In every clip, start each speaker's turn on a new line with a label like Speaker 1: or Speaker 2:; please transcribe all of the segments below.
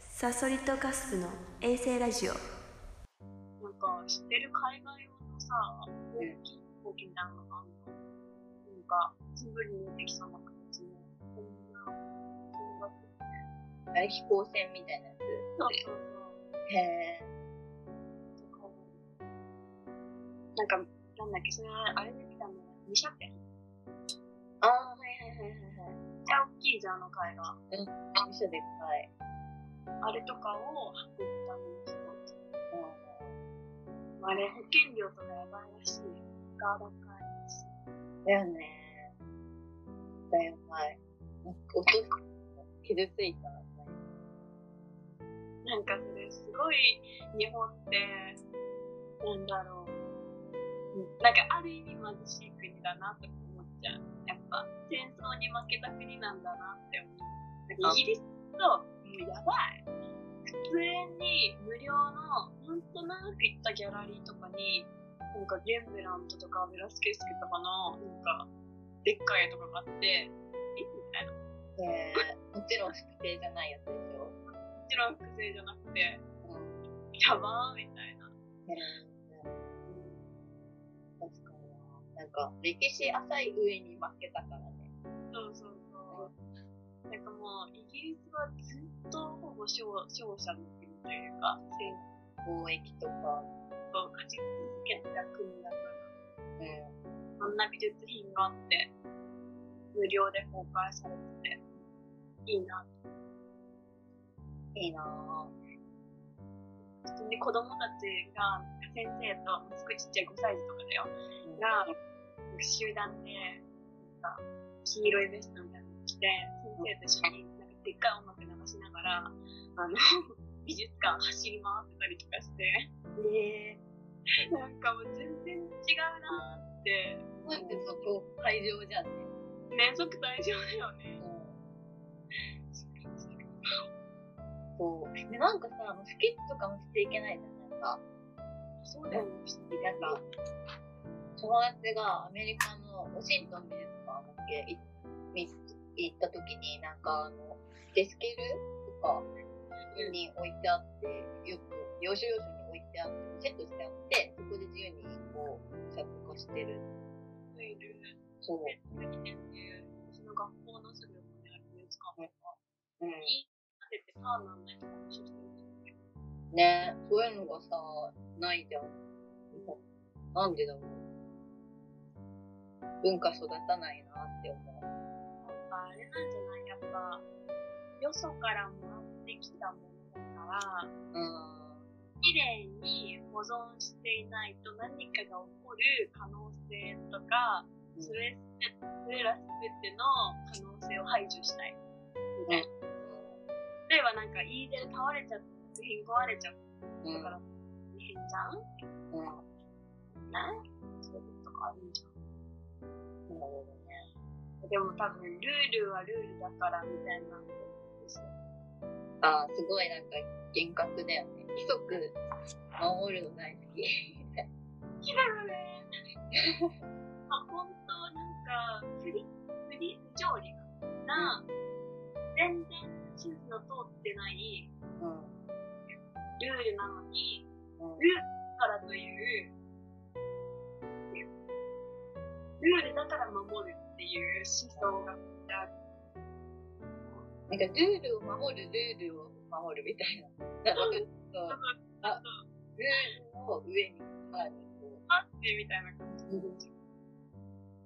Speaker 1: サソリとカスプの衛星ラジオ
Speaker 2: なんか知ってる海外用のさ、大きい飛行機みたいなのがあるの。なんか、すぐに出てきそうな感じの、こんな、音楽。
Speaker 3: 大飛行船みたいなやつ。
Speaker 2: そうそう
Speaker 3: へ
Speaker 2: そう。とか、なんか、なんだっけ、それ、あれで見たの、2車線。めっ
Speaker 3: ー。ああ、はいはいはいはいは
Speaker 2: ちゃ大きいじゃん、あの海が。
Speaker 3: い。味噌でっかい。
Speaker 2: あれとかを運ぶための飛行機。
Speaker 3: う
Speaker 2: あれ、保険料とかやばいらしい。ガード会らしい。
Speaker 3: ん。だよねー。だよ前。なんか音、傷ついたのね。
Speaker 2: なんかそれすごい日本って、なんだろう。なんかある意味貧しい国だなって思っちゃう。やっぱ戦争に負けた国なんだなって思う。なんかイギリスと、もうやばい。普通に無料の、なんとなく行ったギャラリーとかに、なんかゲンブラントとかベラスケスケとかの、なんか、でっかい絵とかがあって、えみたいな。も
Speaker 3: へー。もちろん複製じゃないやつでしょ。
Speaker 2: ちろん複製じゃなくて、
Speaker 3: うん。
Speaker 2: やばーみたいな。
Speaker 3: へー。確かにな。なんか、歴史浅い上に負けたからね。
Speaker 2: そうそうそう。なんかもう、イギリスはずっとほぼ勝勝者の国というか、戦
Speaker 3: 貿易とか。
Speaker 2: 争を勝ち続けた国だから、あ
Speaker 3: うん。
Speaker 2: んな美術品があって、無料で公開されてて、いいな。
Speaker 3: いいな
Speaker 2: 普通に子供たちが、先生と、息子ちっちゃい5歳児とかだよ、
Speaker 3: ー。
Speaker 2: が、集団で、なんか、黄色いベストみたいなの着て、先生と一緒に、なんかでっかい音楽流しながら、あの、 美術館走り回ってたりとかして、
Speaker 3: え
Speaker 2: なんかもう全然違うなーって。
Speaker 3: ー。なんてそこ、会場じゃんね。
Speaker 2: 連続大丈夫だよね。
Speaker 3: そう。で、なんかさ、あのスケッチとかもしていけないじゃん。なんか、
Speaker 2: そうだよね。
Speaker 3: なんか、友達がアメリカのワシントン美術館だっけいみ行った時に、なんかあの、デスケルとかに置いてあって、よく、要所要所に置いてあって、セットしてあって、そこで自由にこう、作画してる。
Speaker 2: いる。
Speaker 3: そう。
Speaker 2: 2年生、私の学校のすぐ横にある美術館とか、
Speaker 3: うん
Speaker 2: いい建ててパーなんだりとかもしてるんだけど。
Speaker 3: ねそういうのがさ、ないじゃん。なんでだろう。文化育たないなって思う。
Speaker 2: なんかあれなんじゃないやっぱ、よそからもらってきたものだから、
Speaker 3: うん。
Speaker 2: 綺麗に保存していないと何かが起こる可能性とか、
Speaker 3: うん
Speaker 2: それすべそれらすべての可能性を排除したい。みたいな。例えばなんか、イーゼル倒れちゃった、作品壊れちゃった
Speaker 3: うん。
Speaker 2: から、大変じゃん
Speaker 3: うん。
Speaker 2: な
Speaker 3: な
Speaker 2: んそういうことかあるんじゃ
Speaker 3: るほどね。
Speaker 2: ん。でも多分、ルールはルールだからみたいなんですよ。
Speaker 3: あーすごいなんか厳格だよね。規則守るの大好き。
Speaker 2: きだよね。まあ、本当なんか、不利、不利、不条理な、全然地図の通ってない
Speaker 3: う
Speaker 2: ル
Speaker 3: ん。
Speaker 2: ールなのに、
Speaker 3: うん。
Speaker 2: からという、ルールだから守るっていう思想がある。
Speaker 3: なんかルールを守る、ルールを守るみたいな。なんかそうあルールを上にさらにこう
Speaker 2: 待ってみたいな感じ。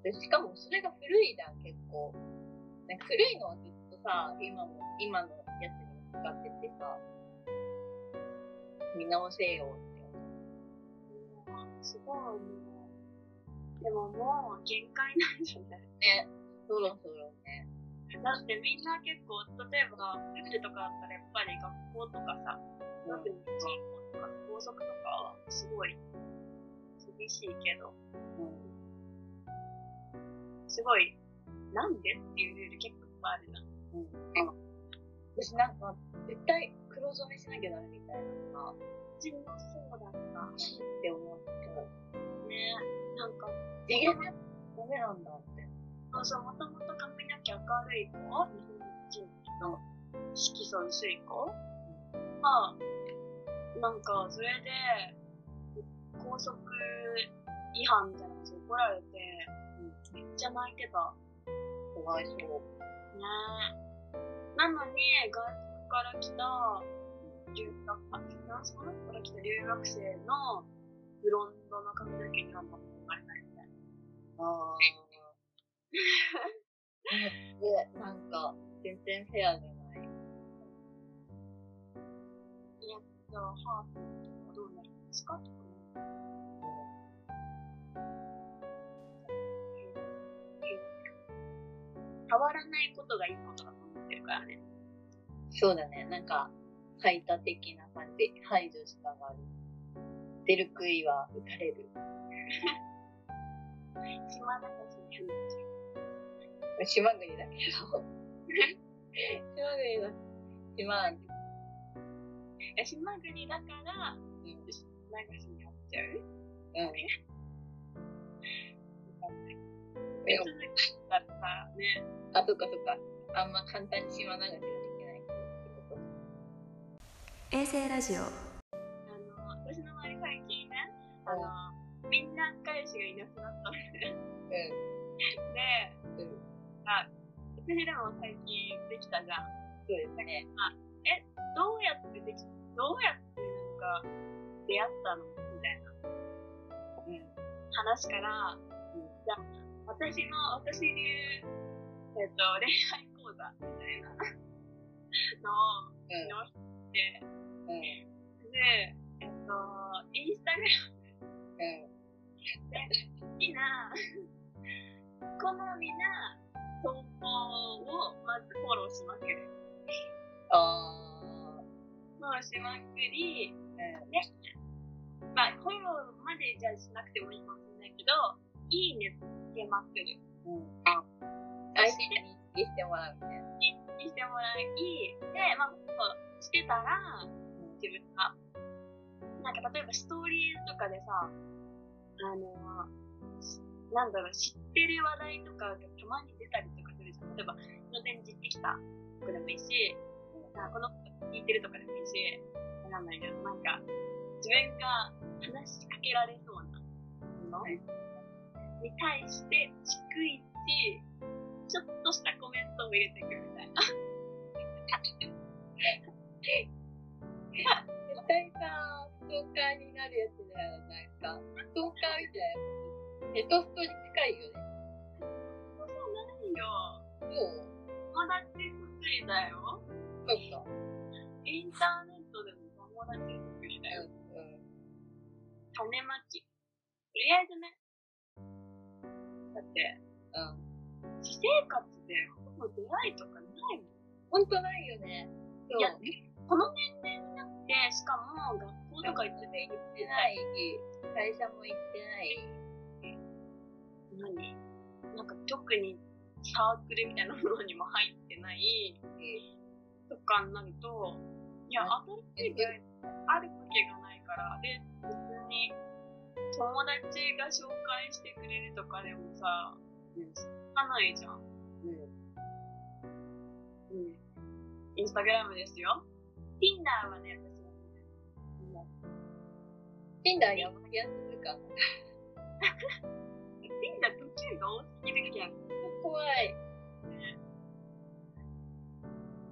Speaker 3: でしかもそれが古いじゃん、結構。なんか古いのはずっとさ、今も、今のやつにも使っててさ、見直せよって思。
Speaker 2: すごいもう。でももう限界なんじゃないう
Speaker 3: ね、そろそろね。
Speaker 2: だってみんな結構、例えば、ルールとかだったらやっぱり学校とかさ、特に人口とか校則とかはすごい厳しいけど、
Speaker 3: うん
Speaker 2: すごい、なんでっていうルール結構いっぱいあるな。
Speaker 3: うん私なんか、絶対黒染めしなきゃダメみたいなのが、
Speaker 2: うちもそうだった。
Speaker 3: って思って、
Speaker 2: ねなんか、
Speaker 3: 次元ダメなんだって。
Speaker 2: 私はもともと髪の毛明るい子、日本人の色素薄い子まあ、なんか、それで、高速違反みたいなこと怒られて、めっちゃ泣いてた。
Speaker 3: かわいそう。
Speaker 2: ねなのに、外国から来た、留学、あ、フランスかなから来た留学生のブロンドの髪の毛には全く生まれないみたいな。
Speaker 3: ああ。で、なんか、全然フェアじゃない。
Speaker 2: じゃあ、ハーフはどうなりますかとかね。変わらないことがいいことだと思ってるからね。
Speaker 3: そうだね、なんか、排他的な感じ、排除したがる。出る杭は打たれる。
Speaker 2: 島流しに住んでる
Speaker 3: 島国だけど。島国だ。島国。
Speaker 2: いや島国だから、流しになっちゃう
Speaker 3: うん。
Speaker 2: え
Speaker 3: え
Speaker 2: 続きだったらね、
Speaker 3: あ、そっかそっか。あんま簡単に島流しができないってこと。
Speaker 1: 衛星ラジオ
Speaker 2: あの、私の周り最近ね、あの、みんな彼氏がいなくなったの
Speaker 3: う
Speaker 2: で、
Speaker 3: ん。うん。
Speaker 2: 私でも最近できたじゃん。
Speaker 3: そうですね。
Speaker 2: どうやってでき、どうやってなんか出会ったのみたいな
Speaker 3: うん。
Speaker 2: 話から、じゃあ、私の、私流、えっと、恋愛講座みたいなのを
Speaker 3: う
Speaker 2: 直して、
Speaker 3: ん。うん。
Speaker 2: で、えっと、インスタグラム
Speaker 3: うん。
Speaker 2: 好きな、好みな投稿をまずフォローしまくる。フォロ
Speaker 3: あ
Speaker 2: ーしまくり、
Speaker 3: ー。
Speaker 2: まあ、フォローまでじゃあしなくてもいいかもしれないけど、いいねつけまくる。
Speaker 3: うん。うん。あ、相手に認識してもらうみたいな。
Speaker 2: 認識してもらい、で、まあ、そうしてたら、自分が。なんか例えばストーリーズとかでさ、あの、しなんだろう、知ってる話題とかがたまに出たりとかするじゃん。例えば、の前に行ってきたとかでもいいし、あこの子聞いてるとかでもいいし、なんだけど、なんか、自分が話しかけられそうなもの、
Speaker 3: はい
Speaker 2: に対して、逐一、ちょっとしたコメントを入れてくるみたいな。
Speaker 3: 絶対さ、ストーカーになるやつだよ、なんか。ストーカーみたいなやつ。ネットストに近いよね。
Speaker 2: そうないよ。
Speaker 3: もう、
Speaker 2: 友達作りだよ。
Speaker 3: そうか。
Speaker 2: インターネットでも友達作りだよ。
Speaker 3: う
Speaker 2: 種まき。とりあえずね。だって、
Speaker 3: ん。うん。
Speaker 2: 私生活でほぼ出会いとかないもん。
Speaker 3: ほんとないよね。そう。
Speaker 2: いやこの年齢になって、しかも学校とか行ってて行ってな。
Speaker 3: ないい。会社も行ってない。
Speaker 2: 何なんか特にサークルみたいなものにも入ってないとかになると、いや、新しい出会いあるわけがないから、で、別に友達が紹介してくれるとかでもさ、聞かないじゃん。
Speaker 3: うん。
Speaker 2: うん。インスタグラムですよ。Tinder はね、私も。もう
Speaker 3: うん。Tinder やばいやつか。
Speaker 2: Tinder 途中が多すぎるけん。
Speaker 3: 怖い。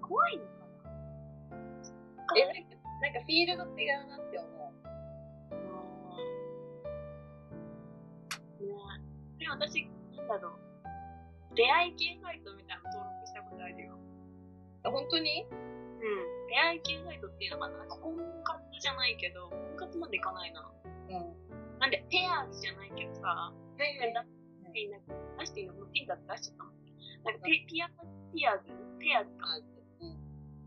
Speaker 2: 怖いのかな
Speaker 3: え、なんか、なんかフィールド違うなって思う。
Speaker 2: ねでも私、なんだろう。出会い系サイトみたいなの登録したことあるよ。
Speaker 3: あ、本当に
Speaker 2: うん。出会い系サイトっていうのかななんか婚活じゃないけど、婚活までいかないな。
Speaker 3: うん。は
Speaker 2: なんで、ペアーズじゃないけどさ、
Speaker 3: いはい。
Speaker 2: えなんか出していいのもう Tinder って出しちゃったもん。なんかペ、ピア、ピアーズペアーズか。
Speaker 3: う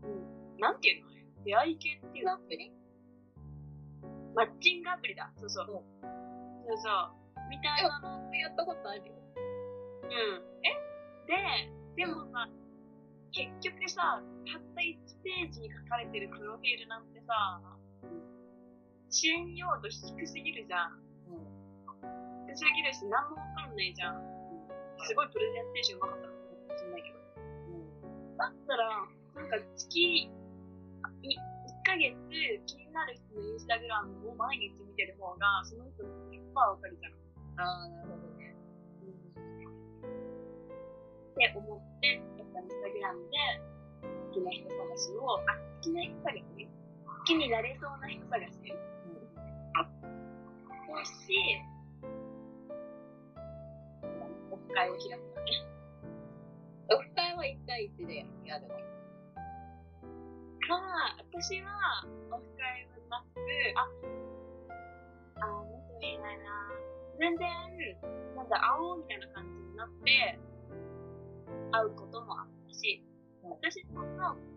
Speaker 3: ん。
Speaker 2: なんていうの出会い系っていうの
Speaker 3: アプリ
Speaker 2: マッチングアプリだ。そうそう。
Speaker 3: うん
Speaker 2: そうそう。みたいなの。
Speaker 3: やったことある
Speaker 2: う
Speaker 3: よ。
Speaker 2: ん。えで、でもさ、結局さ、たった1ページに書かれてるプロフィールなんてさ、信用度低すぎるじゃん。
Speaker 3: うん。
Speaker 2: 低すぎるし、何もわかんないじゃん。すごいプレゼンテーションうまかったのかもしれないけど。だったら、なんか月、い1ヶ月になる人のインスタグラムを毎日見てる方が、その人の100%わかるじゃん。っ
Speaker 3: ああ、なるほどね。
Speaker 2: て思って、やっぱインスタグラムで、好きな人探しを、あ、好きな人探し好きになれそうな人探しをして、オフ会を開くのね。
Speaker 3: オフ会は1対1でやるの。
Speaker 2: まあ、私は、オフ会はなく、あ、あー、もっと言えないな。全然、なんだ、会おうみたいな感じになって、会うこともあったし、私の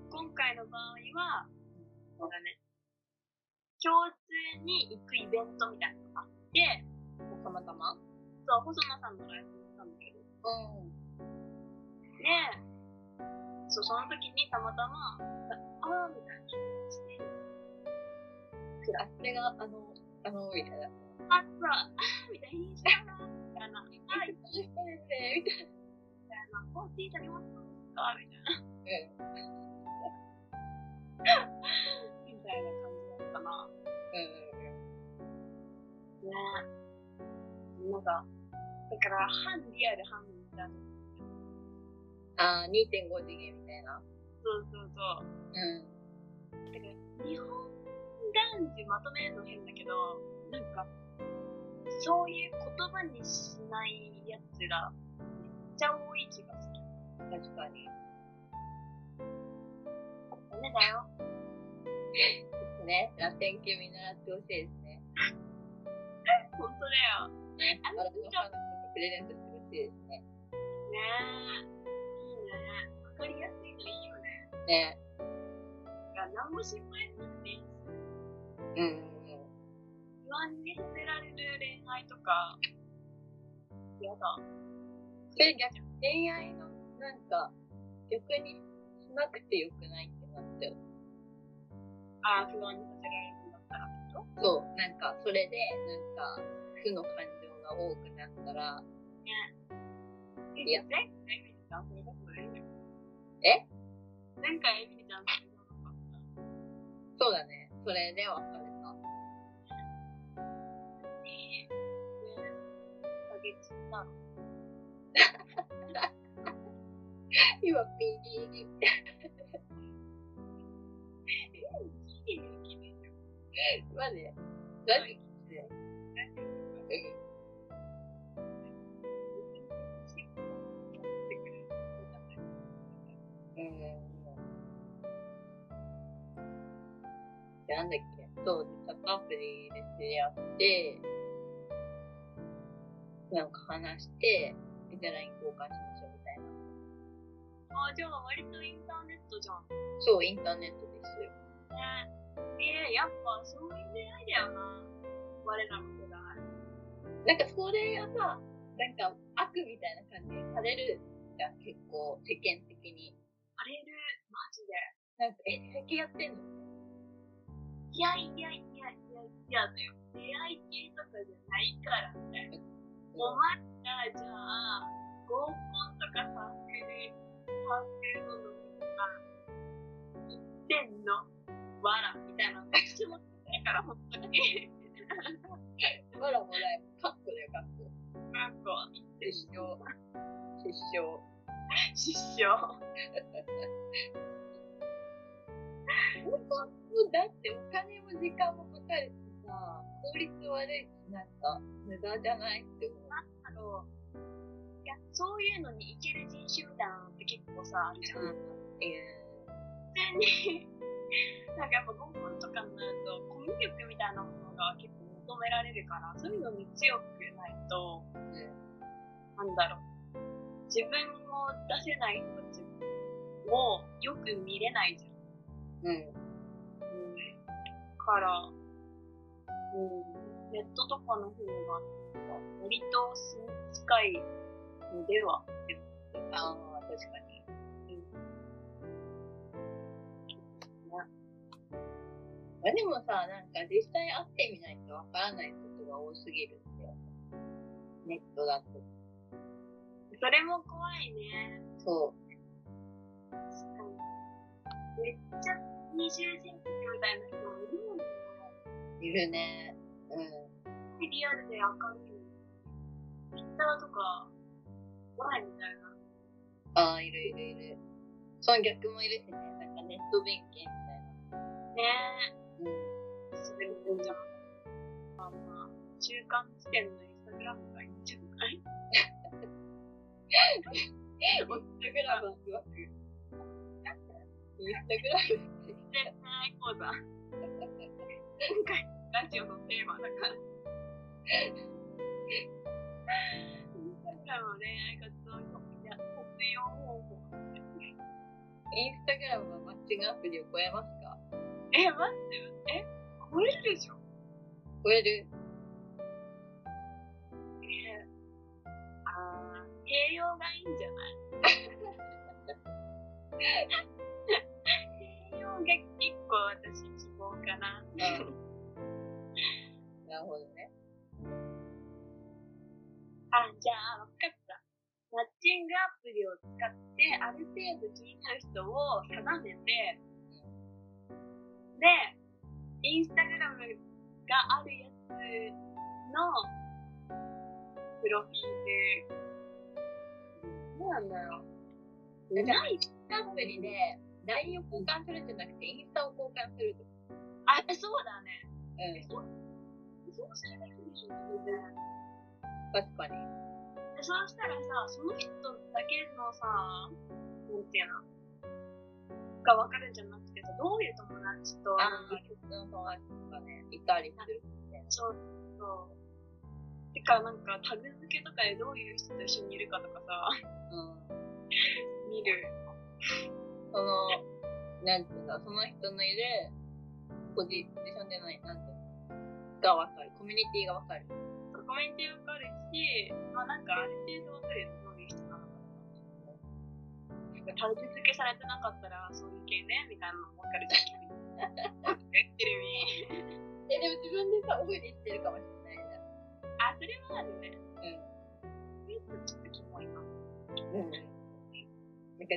Speaker 2: 今回の場合は、そうだね、共通に行くイベントみたいなのがあって、
Speaker 3: たまたまうん。
Speaker 2: そう、細野さんのライブに行ったんだけど、で、そう、その時にたまたま、ああーみたいな感じで、
Speaker 3: あそれが、あの、あの、みたいな。
Speaker 2: あ、そう、あーみたいにしような、みたいな、あー
Speaker 3: この人ですね、みたい
Speaker 2: みたいな、コーヒー足りますかみたいな。みたいな感じだったな。
Speaker 3: な。
Speaker 2: ねえ。なんか、だから、半リアル、半インスタ
Speaker 3: うん。ああ、2.5次元みたいな。
Speaker 2: そうそうそう。
Speaker 3: うん。
Speaker 2: だから、日本男児まとめるの変だけど、なんか、そういう言葉にしないやつが、めっちゃ多い気がする。
Speaker 3: 確かに。
Speaker 2: ダメだよ。
Speaker 3: ね。ラテン系見習ってほしいですね。
Speaker 2: 本当だよ。
Speaker 3: ね。
Speaker 2: あ
Speaker 3: あ
Speaker 2: の
Speaker 3: の、ファンのプレゼントしてほしいですね。
Speaker 2: ねえ。いいね。わかりやすいのいいよね。
Speaker 3: ね。
Speaker 2: だから、何も心配しなくていいし
Speaker 3: うん。
Speaker 2: 不安にさせられる恋愛とか、やだ。
Speaker 3: それ逆、恋愛の、なんか、逆にしなくてよくないってなっちゃう。
Speaker 2: ああ、不安にさせられるんだったら。
Speaker 3: そう、なんか、それで、なんか、負の感情が多くなったら、いや
Speaker 2: 前回エミリちゃんそれこそないんだよ。
Speaker 3: え
Speaker 2: 前回エミリちゃんそれこそなかった。
Speaker 3: そうだね、それで別れた。
Speaker 2: ねえ、1ヶ月なの。
Speaker 3: 今、ピー
Speaker 2: いい勇気でしょ。
Speaker 3: まで、ラ
Speaker 2: 大
Speaker 3: ジ
Speaker 2: 丈夫
Speaker 3: オ、うんうん。でなんだっけそう、でチャットアプリで知り合って、なんか話して、じゃあ LINE 交換しましょうみたいな。
Speaker 2: あーじゃあ割とインターネットじゃん。
Speaker 3: そう、インターネットですよ。
Speaker 2: ねえ、えー、やっぱそういう出会いだよな。我らの世代。
Speaker 3: なんかそれがさ、なんか悪みたいな感じにされるじゃん、結構、世間的に。
Speaker 2: あれる、マジで。
Speaker 3: なんか、え、最近やってんの
Speaker 2: いやいやいやいやいやだよ。出会い系とかじゃないからみたいな。お前らじゃあ、合コンとかサークル、サークルの飲みとか、行ってんのわら、みたいなの。私もないから、本当に。
Speaker 3: わらもらえ、カッコだよ、カッコ。
Speaker 2: なんか、
Speaker 3: 失笑。失笑。
Speaker 2: 失笑。
Speaker 3: 本当はもうだってお金も時間もかかるしさ、効率悪いし、なんか、無駄じゃないって思う。
Speaker 2: あの、いや、そういうのに行ける人種みたいなのって結構さ、あるじゃん。
Speaker 3: うん。え
Speaker 2: 普通に なんかやっぱ合コンとかになるとコミュ力みたいなものが結構求められるからそういうのに強くないと、なんだろう自分を出せない人たちをよく見れないじゃん、
Speaker 3: ーうん。
Speaker 2: から、うん、ネットとかの方が割と素に近いのでは
Speaker 3: ああ、確かに。まあでもさ、なんか実際会ってみないとわからないことが多すぎるんだよ。ネットだと。
Speaker 2: それも怖いね
Speaker 3: そ
Speaker 2: 確かにめっちゃ二重人格みたいな人もいるもんね
Speaker 3: いるね。うん。
Speaker 2: リアルで明るい。ツイッターとか、前みたいな。
Speaker 3: ああ、いるいるいる。その逆もいるしね。なんかネット弁慶みたいな。
Speaker 2: ね
Speaker 3: うん。
Speaker 2: え。すべてじゃん。あんな、中間地点のインスタグラムがいいんじゃない
Speaker 3: インスタグラムはすごく。インスタグラム
Speaker 2: 恋愛講座。今回、ラジオのテーマだから。インスタグラムの恋愛活動にいや活用方法。
Speaker 3: インスタグラムはマッチングアプリを超えますか
Speaker 2: え、待って、え、超えるでしょ
Speaker 3: 超える
Speaker 2: えあー、併用がいいんじゃない併用が一個私希望かな。
Speaker 3: うん。 なるほどね。
Speaker 2: あ、じゃあ、わかった。マッチングアプリを使って、ある程度気になる人を定めて、で、インスタグラムがあるやつの、プロフィール。どうなんだろう。ない
Speaker 3: アプリで LINE を交換するんじゃなくて、インスタを交換するとか。
Speaker 2: あ、そうだね。
Speaker 3: うん。
Speaker 2: そうそうすればいいんでしょ、当然。
Speaker 3: 確かに。
Speaker 2: で、そうしたらさ、その人だけのさ、なんていうのが分かるんじゃなくてさ、どういう友達と、
Speaker 3: ああ、結婚の話とかね、いたりする。
Speaker 2: そうそう。てか、なんか、タグ付けとかでどういう人と一緒にいるかとかさ、
Speaker 3: うん。
Speaker 2: 見る。
Speaker 3: その、なんていうんだ、その人のいるポジポジションじゃない、なんていうの、がわかる。コミュニティがわかる。
Speaker 2: コメント分かるし、まあなんか、ある程度分かるよね、どういう人なのかとか。タグ付けされてなかったら、そういう系ね、みたいなのも分かるし。言ってるみ。
Speaker 3: え、でも自分でさ、オフにしてるかもしれない
Speaker 2: あ、それはあるね。
Speaker 3: じゃん。
Speaker 2: ちょっとキモいな。
Speaker 3: うん。うん。なんか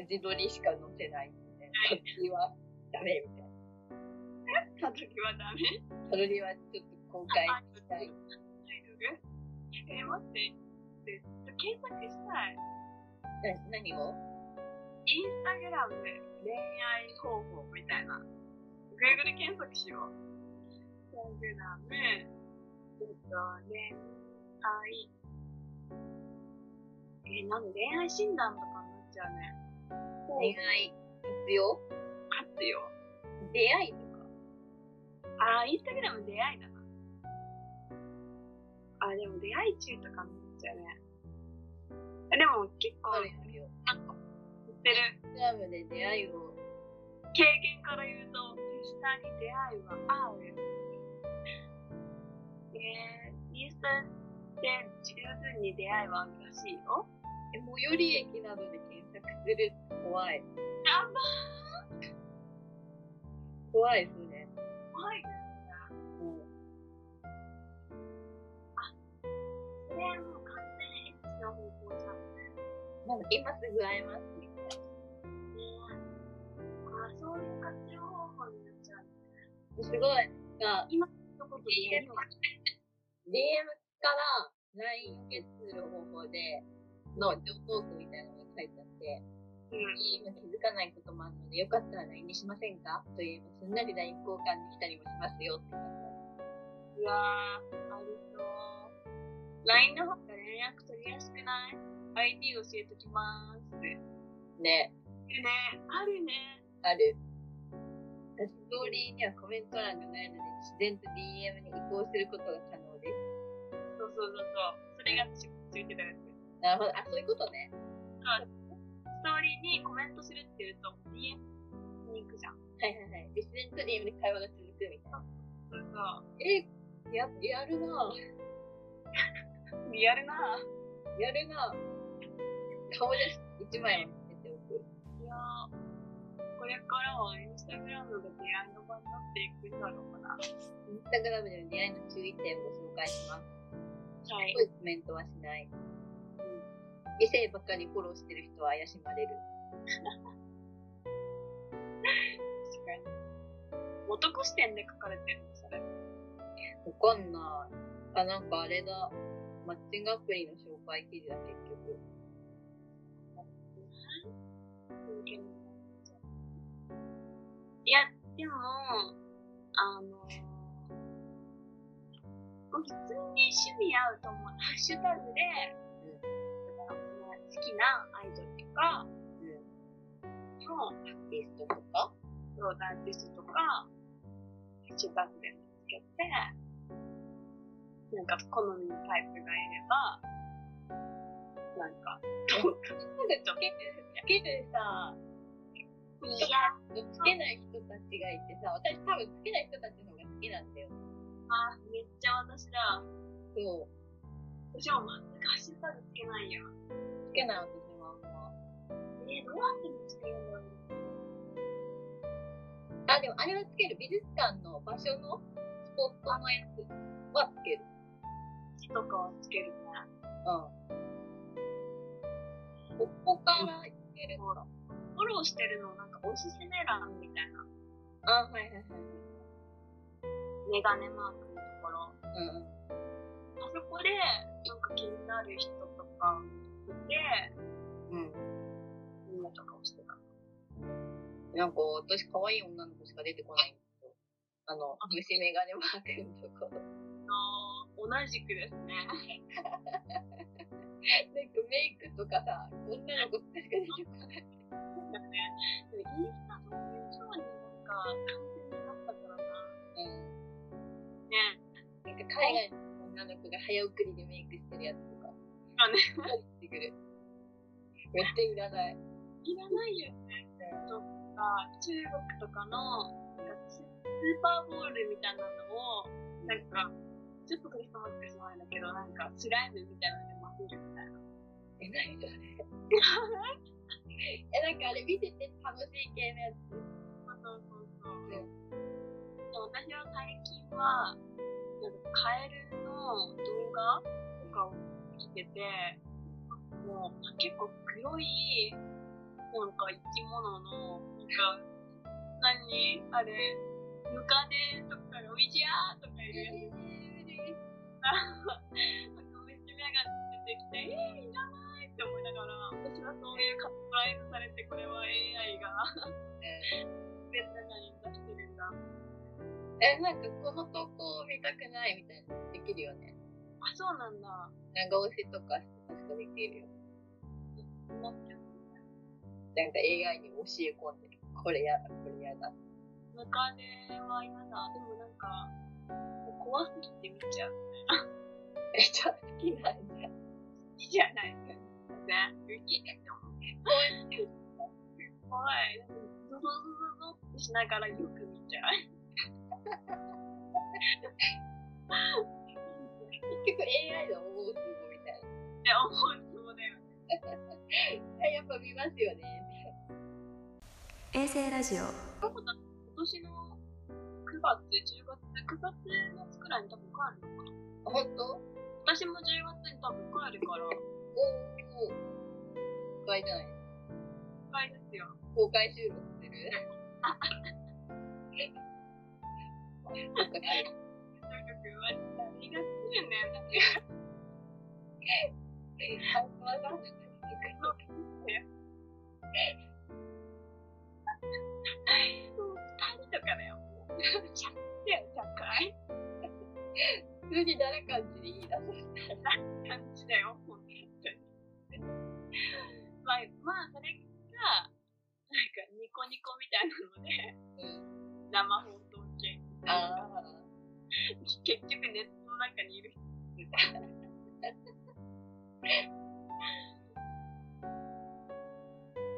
Speaker 3: 自撮りしか載せないみたいな。
Speaker 2: はい
Speaker 3: タドリはダメみたいな。
Speaker 2: たときはダメ。
Speaker 3: タドリはちょっと公開
Speaker 2: あ、ちょっ
Speaker 3: し
Speaker 2: と。
Speaker 3: た
Speaker 2: アイ
Speaker 3: い。
Speaker 2: ドルえ、待って。で検索したい。
Speaker 3: な何を
Speaker 2: インスタグラム恋愛方法みたいな。Google 検索しよう。インスタグラム、えっと、恋愛。え、なんで恋愛診断とかになっちゃうね。
Speaker 3: 恋愛必要
Speaker 2: 活用。
Speaker 3: 出会いとか。
Speaker 2: あー、インスタグラム出会いだな。あー、でも出会い中とかになっちゃうね。あでも結構
Speaker 3: あ
Speaker 2: 言
Speaker 3: るよ。
Speaker 2: ってる。
Speaker 3: クラブで出会いを。
Speaker 2: 経験から言うと、実際に出会いはある。えー、インスタで十分に出会いはあるらしいよ。
Speaker 3: え、最寄り駅などで検索するって怖い。
Speaker 2: やば
Speaker 3: 怖いですね。
Speaker 2: ー怖いな。
Speaker 3: うん。
Speaker 2: それはもう完全にエッチな方向じゃん。
Speaker 3: なんか今すぐ会えますみたいな。
Speaker 2: ねあー、そういう活用方法になっちゃう。
Speaker 3: すごい、なんか、
Speaker 2: 一言で言えば
Speaker 3: DM から LINE をゲットする方法で、の情報庫みたいなのが書いてあって、
Speaker 2: うん。
Speaker 3: 今気づかないこともあるので、よかったら LINE にしませんかと言えば、すんなり LINE 交換できたりもしますよって感
Speaker 2: うわー、ありそう。LINE の方が連絡取りやすくない ?ID 教えときまーす。ね、
Speaker 3: じ。ね、
Speaker 2: あるね。
Speaker 3: ある。ストーリーにはコメント欄がないので、自然と DM に移行することが可能です。
Speaker 2: そうそうそうそう。それが私ついてたやつ。
Speaker 3: なるほど。あ、そういうことね。
Speaker 2: ストーリーにコメントするって言うと、DM に行くじゃん。
Speaker 3: はいはいはい。で、自然と DM で会話が続くみたいな。
Speaker 2: そうそ
Speaker 3: え、や、やるなぁ。
Speaker 2: う。リアルなぁ。
Speaker 3: やるなぁ。顔です。一枚をつけておく。
Speaker 2: いやー、これからはインスタグラムが出会いの場になっていくんだろうかな。は
Speaker 3: インスタグラムでの出会いの注意点をご紹介します。
Speaker 2: い。
Speaker 3: 濃いコメントはしない。異性ばっかりフォローしてる人は怪しまれる。
Speaker 2: 確かに。男視点で書かれてるの、それ。
Speaker 3: わかんない。あ、なんかあれだ。マッチングアプリの紹介記事だ、結局。
Speaker 2: いや、でも、あの、普通に趣味合うと思う。ハッシュタグで、あの好きなアイドルとか、
Speaker 3: う
Speaker 2: の
Speaker 3: ん。アーティストとか
Speaker 2: プロダンティストとか、ハッシュタグで見つけて、なんか好みのタイプがいれば、なんか、 どうか
Speaker 3: つける、つけるさ、
Speaker 2: いや、
Speaker 3: つけない人たちがいてさ、私多分つけない人たちの方が好きなんだよ。
Speaker 2: まあ、めっちゃ私だ。
Speaker 3: そ
Speaker 2: 私は全くハッシュタグつけないよ。
Speaker 3: う。つけない私もあんま。
Speaker 2: えー、どうやって見つけるんだろう。
Speaker 3: あ、でもあれはつける。美術館の場所のスポットのやつはつける。
Speaker 2: 字とかはつけるね。
Speaker 3: うん。ここからいける。
Speaker 2: フォローしてるの、なんかおすすめ欄みたいな。
Speaker 3: あ、はいはいはい。
Speaker 2: メガネマークのところ。
Speaker 3: うんうん。
Speaker 2: あそこで、なんか気になる人とか見て、
Speaker 3: うん。
Speaker 2: みんなとかをしてた。
Speaker 3: なんか、私、可愛い女の子しか出てこないんですよ。あの、虫眼鏡マークのところ。
Speaker 2: あー同じくですね。
Speaker 3: なんか、メイクとかさ、女の子しか出てこない。
Speaker 2: でもインスタとかそういうになんか完全になったからな。
Speaker 3: うん。
Speaker 2: ね
Speaker 3: なんか、海外の女の子が早送りでメイクしてるやつとか。
Speaker 2: あね
Speaker 3: 出てくる。めっちゃいらな
Speaker 2: い
Speaker 3: い。
Speaker 2: らないよね。とか、中国とかの、なんかススーパーボールみたいなのを、なんか、ちょっとクリスマスかしまうんだけど、なんかスライムみたいなので混ぜるみたいな。
Speaker 3: え、なにそれ。え、なんかあれ見てて楽しい系
Speaker 2: そ
Speaker 3: のやつ。
Speaker 2: うそうそうそう。で
Speaker 3: ん
Speaker 2: も私は最近は、なんかカエルの動画とかを見てて、もう結構黒い、なんか生き物の、なんか、何あれ、ムカデとかロビジアーとかいるやつが、なんかめっちゃ目が出てきて、えー、いらないって思いながら、私はそういうカットライズされて、これは AI が。別な何出してるんだ。あ、
Speaker 3: え、なんかこの投稿を見たくないみたいなのできるよね。
Speaker 2: そうなんだ。
Speaker 3: 長押しとかして確かできるよ。
Speaker 2: なってる。
Speaker 3: なんか AI に教え込んでる。これやだ、これやだ。
Speaker 2: ムカデは嫌だ。でもなんか、怖すぎて見ちゃう。
Speaker 3: めっちゃ好きなんじゃん。
Speaker 2: いいじゃないね。ウキって思う。怖い。ゾゾゾゾゾってしながらよく見ちゃう。っ
Speaker 3: 結局 AI の大相撲みたいな。
Speaker 2: て思うそうだよね。
Speaker 3: えやっぱ見ますよね。
Speaker 1: 衛星ラジオ
Speaker 2: 今年の9月、10月、9月末くらいに多分帰るのかな。
Speaker 3: ほんと
Speaker 2: 私も10月に多分帰るから、
Speaker 3: おー。公開じゃない
Speaker 2: 一回ですよ。
Speaker 3: 公開収録するなんかね
Speaker 2: とにかく割と何が来るんだよな。
Speaker 3: ハンバーガーとかに行く
Speaker 2: もう二人とかだよ。 ちゃってよ、ちゃっかい。
Speaker 3: 普通に誰かんちでいいな、そしたら。
Speaker 2: 感じだよ、本当に。 まあ、まあ、それが、なんかニコニコみたいなので、
Speaker 3: うん。
Speaker 2: 生放送系。
Speaker 3: ああ。
Speaker 2: 結局ネットの中にいる人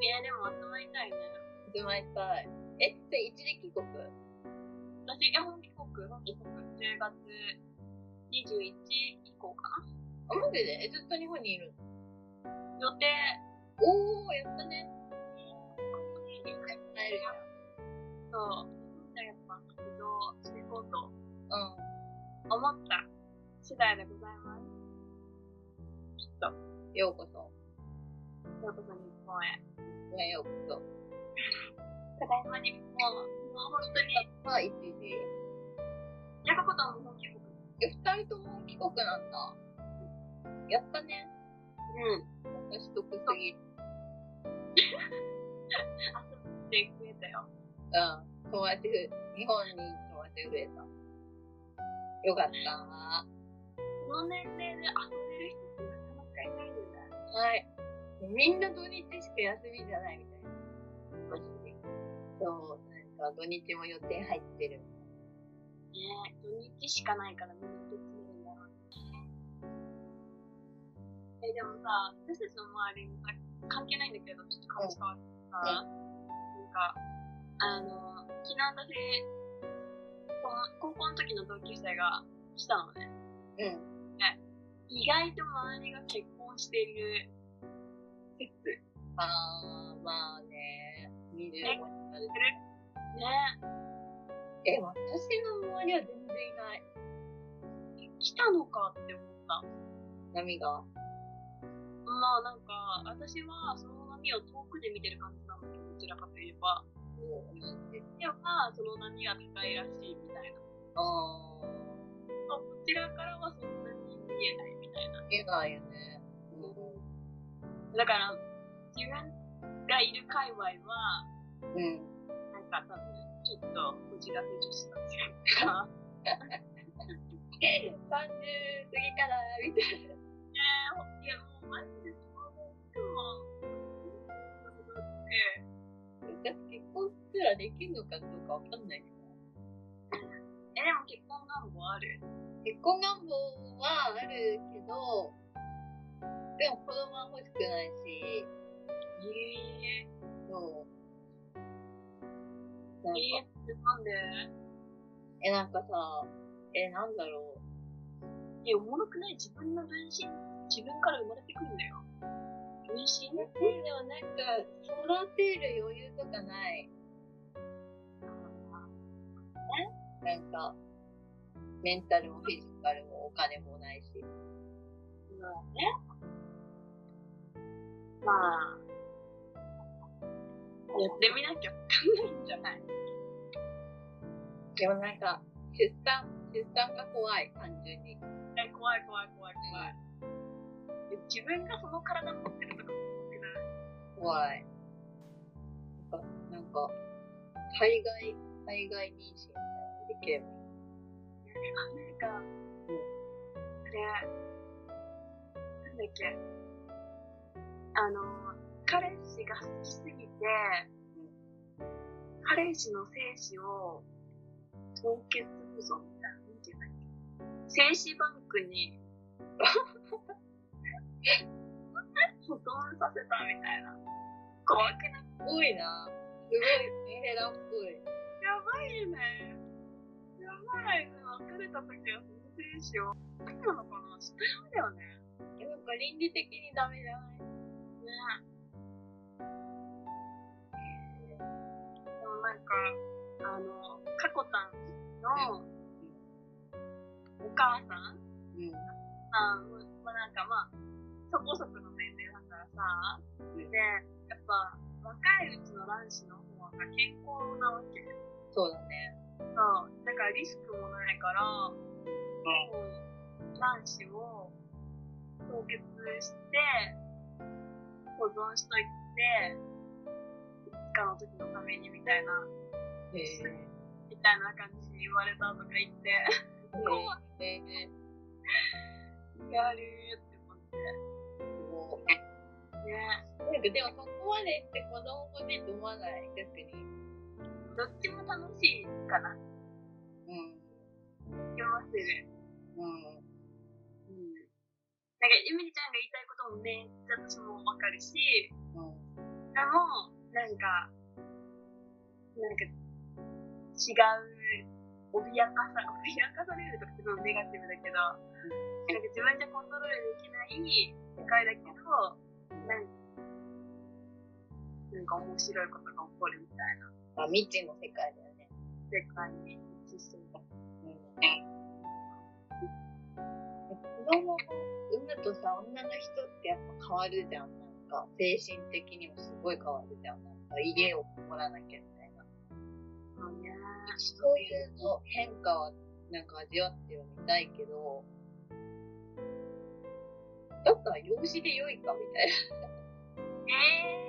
Speaker 2: いや、でも集まりたいね。
Speaker 3: 集まりたい。え、で、一時帰国
Speaker 2: 私、いや、本帰国、本帰国、10月21以降かな。
Speaker 3: あ、マジでえ、ずっと日本にいる
Speaker 2: 予定、
Speaker 3: おー、やったね。会える
Speaker 2: そう、じゃあやっぱ活動していこうと
Speaker 3: じゃん。うん。
Speaker 2: 思った次第でございます。
Speaker 3: ようこそ。
Speaker 2: ようこそ日本へ。
Speaker 3: ね、ようこそ。
Speaker 2: ただいま日本、もう本当に、
Speaker 3: まあ、一時
Speaker 2: やかことはもう本帰国
Speaker 3: え、二人とも帰国なんだ。やったね。
Speaker 2: うん。
Speaker 3: 私得すぎる。
Speaker 2: で、増えたよ。
Speaker 3: うん。友達ふ、日本に友達増えた。よかったわ
Speaker 2: この年齢で遊べる人ってなかなかいないよね。
Speaker 3: はい。みんな土日しか休みじゃないみたいな。
Speaker 2: マジで。ね
Speaker 3: そう、なんか土日も予定入ってる。
Speaker 2: え、土日しかないからみんなどっちにいるんだろうね。え、でもさ、私たちの周りにさ、関係ないんだけど、ちょっと話変わってさ、なんか、あの、昨日私、この高校の時の同級生が来たのね。
Speaker 3: うん。
Speaker 2: 意外と周りが結婚してる説。
Speaker 3: あー、まあね。25になる。
Speaker 2: ね
Speaker 3: え、私の周りは全然いない。
Speaker 2: 来たのかって思った。
Speaker 3: 波が。
Speaker 2: まあなんか、私はその波を遠くで見てる感じなんだけど、どちらかといえば。で、手はその波が高いらしいみたいな。
Speaker 3: あ
Speaker 2: まあ、こちらからはそんなに見えないみたいな。
Speaker 3: ー、出ないよね。
Speaker 2: だから、自分がいる界隈は、
Speaker 3: うん。うん。
Speaker 2: なんか多分、ちょっと、こじらせ女子たち が、
Speaker 3: 30過ぎからみたいな。
Speaker 2: いや、もうマジでそう思っても、って、
Speaker 3: 私結婚すらできるのかどうかわかんないけど。
Speaker 2: え、でも結婚願望ある
Speaker 3: 結婚願望はあるけど、でも子供は欲しくないし、
Speaker 2: ええ
Speaker 3: そう。なんか、
Speaker 2: ええなんで
Speaker 3: え、なんかさ、え、なんだろう。
Speaker 2: え、おもろくない自分の分身、自分から生まれてくるんだよ。分身
Speaker 3: でもなんか、育てる余裕とかない。なんか、メンタルもフィジカルもお金もないし。
Speaker 2: もうね。まあ、やってみなきゃわかんないんじゃない
Speaker 3: でもなんか、出産、出産が怖い、単純に。
Speaker 2: え、怖い怖い怖い怖い。え自分がその体持ってるとか思ってない。
Speaker 3: 怖い。なんか、なんか、海外、海外妊娠みたいなのできればいい。
Speaker 2: なんか、あれ、なんだっけ、あの、彼氏が好きすぎて、彼氏の精子を凍結保存みたいな、なんていうんだっけ、精子バンクに、 保存させたみたいな。怖くない
Speaker 3: 多いなすごい、メンヘラっぽい。
Speaker 2: やばいね。やばいな。別れた時はその精子を。何なのかな下読だよね。
Speaker 3: えなんか倫理的にダメじゃない
Speaker 2: ねでもなんか、あの、かこたんのお母さん
Speaker 3: うん。
Speaker 2: あまあなんかまあ、そこそこの年齢だからさ、で、やっぱ若いうちの卵子の方が健康なわけ。
Speaker 3: そうだね。
Speaker 2: そう、だからリスクもないから、もう卵子を凍結して、保存しといて、いつかの時のためにみたいな、
Speaker 3: へえ。
Speaker 2: みたいな感じに言われたとか言って、 怖
Speaker 3: へえ。
Speaker 2: やるーって思って。
Speaker 3: も
Speaker 2: ね、
Speaker 3: う、なんかでもそこまでして子供もね、と思わない、逆に。
Speaker 2: どっちも楽しいかな。気もする。
Speaker 3: うん。うん。
Speaker 2: うん。なんか、ゆみりちゃんが言いたいこともめっちゃ私もわかるし、
Speaker 3: う
Speaker 2: で
Speaker 3: ん。
Speaker 2: も、なんか、なんか、違う、脅かさ、脅かされるとかすごいネガティブだけど、なんか自分じゃコントロールできない世界だけど、なんか、なんか面白いことが起こるみたいな
Speaker 3: まあ、未知の世界だよね。
Speaker 2: 世界に移してみたい。
Speaker 3: うん。子供を産むとさ、女の人ってやっぱ変わるじゃん。なんか、精神的にもすごい変わるじゃん。なんか、家を守らなきゃみたいな。
Speaker 2: そうね。
Speaker 3: そういうの変化はなんか味わってはみたいけど、だったら養子で良いかみたいな。
Speaker 2: ええ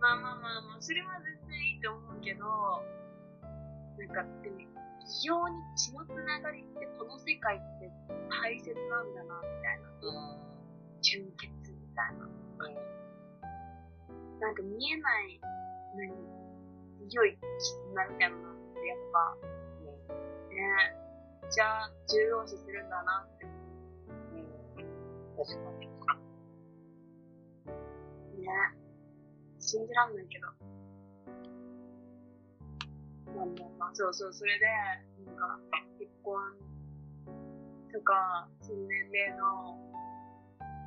Speaker 2: まあまあまあまあ、それは全然いいと思うけど、なんかでも、非常に血のつながりってこの世界って大切なんだな、みたいな。純潔みたいな。なんか見えない、何、強い絆みたいなのってやっぱ、ね、じゃあ重要視するんだなって思
Speaker 3: 確かに。
Speaker 2: うね。信じらんないけど。まあまあまあ、そうそう、それで、なんか、結婚とか、その年齢の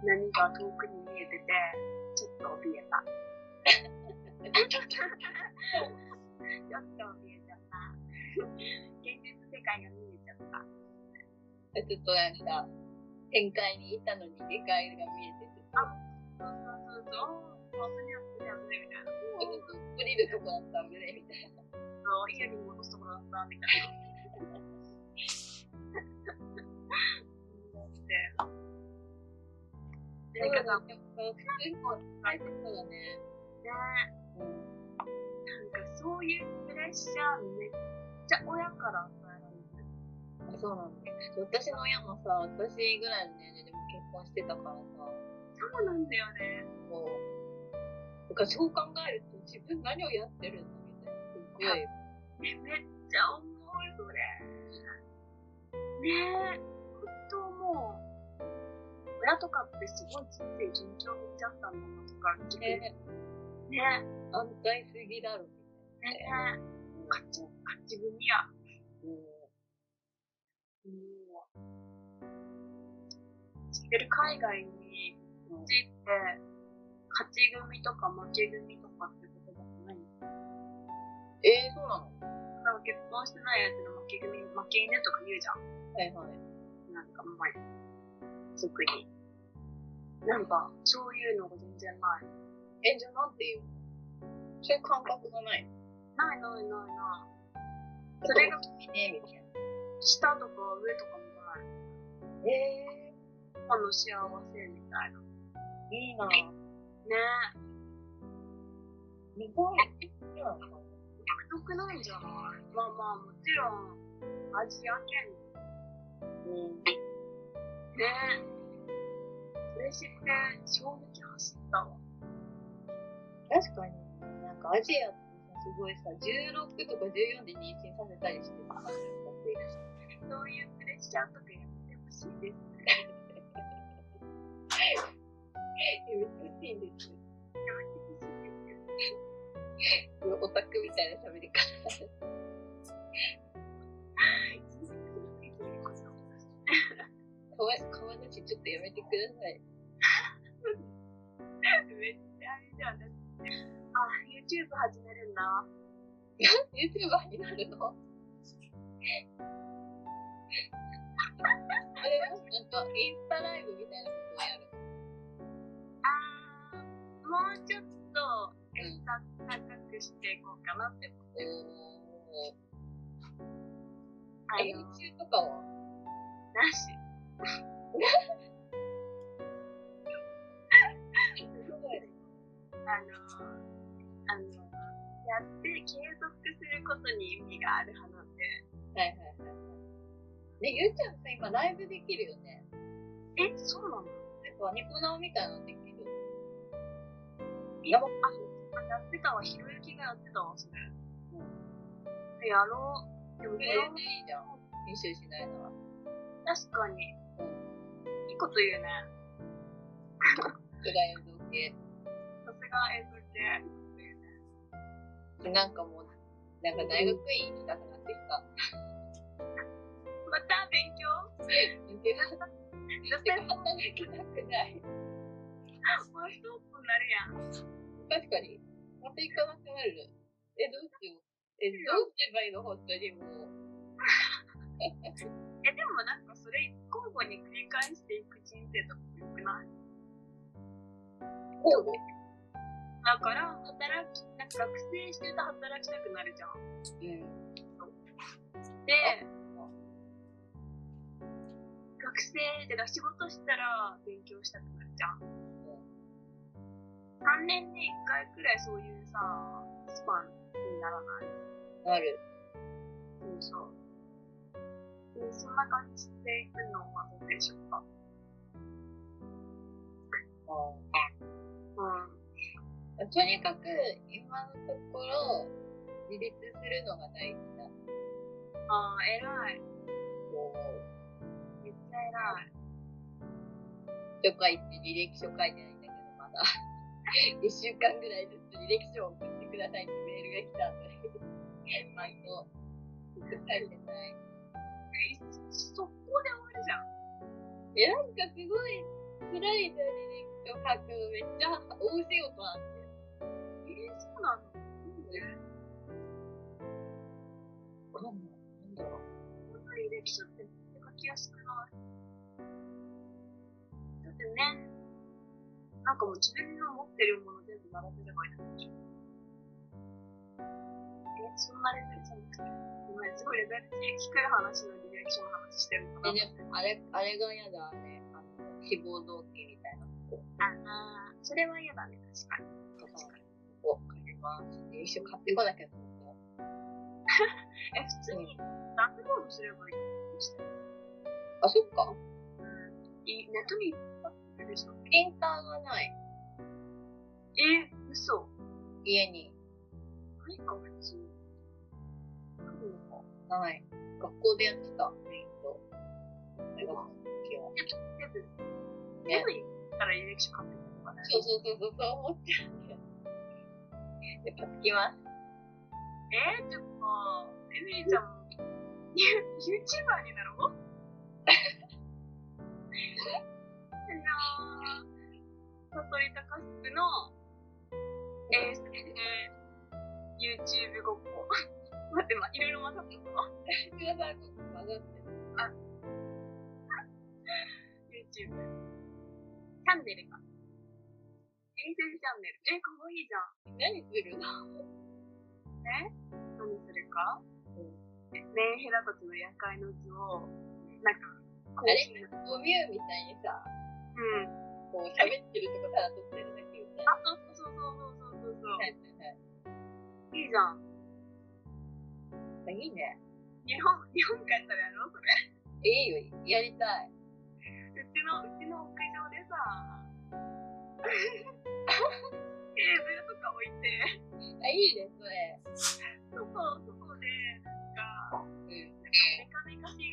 Speaker 2: 何か遠くに見えてて、ちょっと怯えた。 ちょっと怯えちゃった。現実世界が見えちゃった。
Speaker 3: ちょっとなんか、展開にいたのに理解が見えてて、
Speaker 2: そうそうそうそう、もうそれはそれはそれみたいな。
Speaker 3: ちょっと降りるとこだったんでね、みたいな。
Speaker 2: そう、家に戻すところだったみたいな。で、なんかさ、
Speaker 3: ね。結構大切だね。
Speaker 2: ね、なんかそういうプレッシャーめっちゃ親から与えられる。
Speaker 3: そうなんだ。私の親もさ、私ぐらいの年齢でも結婚してたからさ、
Speaker 2: そうなんだよね。
Speaker 3: こう、だからそう考えると自分何をやってるんだみたいな。すごい。
Speaker 2: めっちゃ思う、それ。ねえ、本当もう、親とかってすごい人生順調にいっちゃったのとか聞くね。ね
Speaker 3: えー、安泰すぎだろ、み
Speaker 2: え、ねえ、勝ち、勝ち組や。
Speaker 3: たいな。うん。
Speaker 2: もう知ってる海外にこっちって勝ち組とか負け組とかってことがない
Speaker 3: えー、そうなの
Speaker 2: だから結婚してないやつの負け組負け犬とか言うじゃん
Speaker 3: はいはい。
Speaker 2: なんか前特になんかそういうのが全然ない
Speaker 3: え、じゃあなんて言うのそういう感覚がない。
Speaker 2: ないないないないそれが
Speaker 3: 君ね、みたいな。
Speaker 2: 下とか上とかもない
Speaker 3: え
Speaker 2: あの幸せみたいな
Speaker 3: ー、いいなぁ。
Speaker 2: ねえ
Speaker 3: 日本人なのかな
Speaker 2: 独特なんじゃないまあまあもちろんアジア圏
Speaker 3: うん。
Speaker 2: ねえ。それ知って衝撃走ったわ。
Speaker 3: 確かに、なんかアジアってさ、すごいさ、16とか14で妊娠させたりしてさ、
Speaker 2: そういうプレッシャーとかやめてほしいです。
Speaker 3: 美しいんですよ。
Speaker 2: やめてほしいですよ。
Speaker 3: オタクみたいな喋り方。かわかわだし、ちょっとやめてください。
Speaker 2: めっちゃあれじゃん。だってあ、YouTube 始めるんだ。
Speaker 3: YouTuber になるのあれはなんか、インスタライブみたいなことをやる。
Speaker 2: あー、もうちょっと、
Speaker 3: うん
Speaker 2: 高くしていこうかなって思ってる。
Speaker 3: おー。
Speaker 2: あ
Speaker 3: 練
Speaker 2: の、
Speaker 3: 習とかは
Speaker 2: なし。
Speaker 3: すごい。
Speaker 2: あの、あの、やって継続することに意味がある派なんで。
Speaker 3: はいはいはいはい。ね、ゆうちゃんさ、今ライブできるよね。
Speaker 2: え、そうなの
Speaker 3: なんかニコ生みたいなのできる。
Speaker 2: やばあ、やってたわ。ひろゆきがやってたわ、それ。うん、やろう。でも、
Speaker 3: それでいいじゃん。練習しないなら。
Speaker 2: 確かに。いいこと言うね。
Speaker 3: くらいの系。
Speaker 2: さすが映像系。
Speaker 3: でなんかもう、なんか大学院行きたくなってきた。
Speaker 2: また勉強
Speaker 3: 全然、
Speaker 2: 絶対
Speaker 3: 働きたくない。
Speaker 2: もう一つになるやん。
Speaker 3: 確かに。また行かなくなる。え、どうしよう。え、どうすればいいの本当にもう。
Speaker 2: え、でもなんかそれ交互に繰り返していく人生とかよくない
Speaker 3: 交互
Speaker 2: だから、働き、なんか学生してた働きたくなるじゃん。
Speaker 3: うん。
Speaker 2: で、学生で仕事したら勉強したくなるじゃん。3年に1回くらいそういうさ、スパンにならない
Speaker 3: なる。
Speaker 2: そうそう。でそんな感じでいくのはどうでしょうか。う
Speaker 3: うんとにかく、今のところ、自立するのが大事だ
Speaker 2: ん。ああ、偉い。
Speaker 3: と思う。
Speaker 2: めっちゃ偉い。
Speaker 3: 書書いて履歴書書いてないんだけど、まだ。一週間ぐらいずつ履歴書を送ってくださいってメールが来たんで。毎度。書いてない。
Speaker 2: えそこで終わるじゃん。
Speaker 3: え、なんかすごい、辛いじゃん、履歴書書くのめっちゃ大仕事なんだよ。
Speaker 2: えー、そうなの
Speaker 3: わかんない。なんだろう。
Speaker 2: こんな履歴書って書きやすくないだってね、なんかもう自分の持ってるもの全部並べればいいんでしょ。え、そんなレベルじゃなくて。ごめん、すごいレベルで低い話の履歴書の話してるから。
Speaker 3: え、でも、あれ、あれが嫌だ、あれ。あの、志望動機みたいなとこ。
Speaker 2: ああ、それは嫌だね、確かに。
Speaker 3: とか、ここ書きます。履歴書買ってこなきゃと思って。
Speaker 2: え、普通にダウンロードすればいいのして
Speaker 3: あ、そっか。
Speaker 2: いネットにあるでしょ
Speaker 3: プリンターがない。
Speaker 2: え、嘘。
Speaker 3: 家に。
Speaker 2: ないか、普通。来るのか。
Speaker 3: はい。学校でやってた、プリント。大学の時は。
Speaker 2: セブン。セブン行ったら履歴書買ってくるのかね。
Speaker 3: そうそうそうそう、そう思っちゃうんだよ。やっぱつきます。
Speaker 2: えー、でもまあ、エミリーちゃんも、ユ YouTuber になろう あのー、悟り高須の、えー、それで、YouTube ごっこ。 待って、まあ、いろいろ混ざったぞ。
Speaker 3: 皆さん、混ざってる。
Speaker 2: YouTube。チャンネルか。衛星チャンネル。え、かわいいじゃん。
Speaker 3: 何するの
Speaker 2: 何するか、メンヘラたちの夜会の図を、なんか、
Speaker 3: あれゴミューみたいにさ、
Speaker 2: うん。
Speaker 3: こう喋ってるとこただ撮ってるだけみたいな。
Speaker 2: あ、そうそうそうそうそうそうそう、。
Speaker 3: はいいはい
Speaker 2: いじゃん。
Speaker 3: はい。いいね。
Speaker 2: 日本、日本帰ったらやろうそれ。
Speaker 3: えいいよ、やりたい。
Speaker 2: うちの、うちの屋上でさ、テーブルとか置いて、
Speaker 3: あ、いいね、それ。
Speaker 2: そこ、そこで、なんか、
Speaker 3: うん。
Speaker 2: メカメカしい、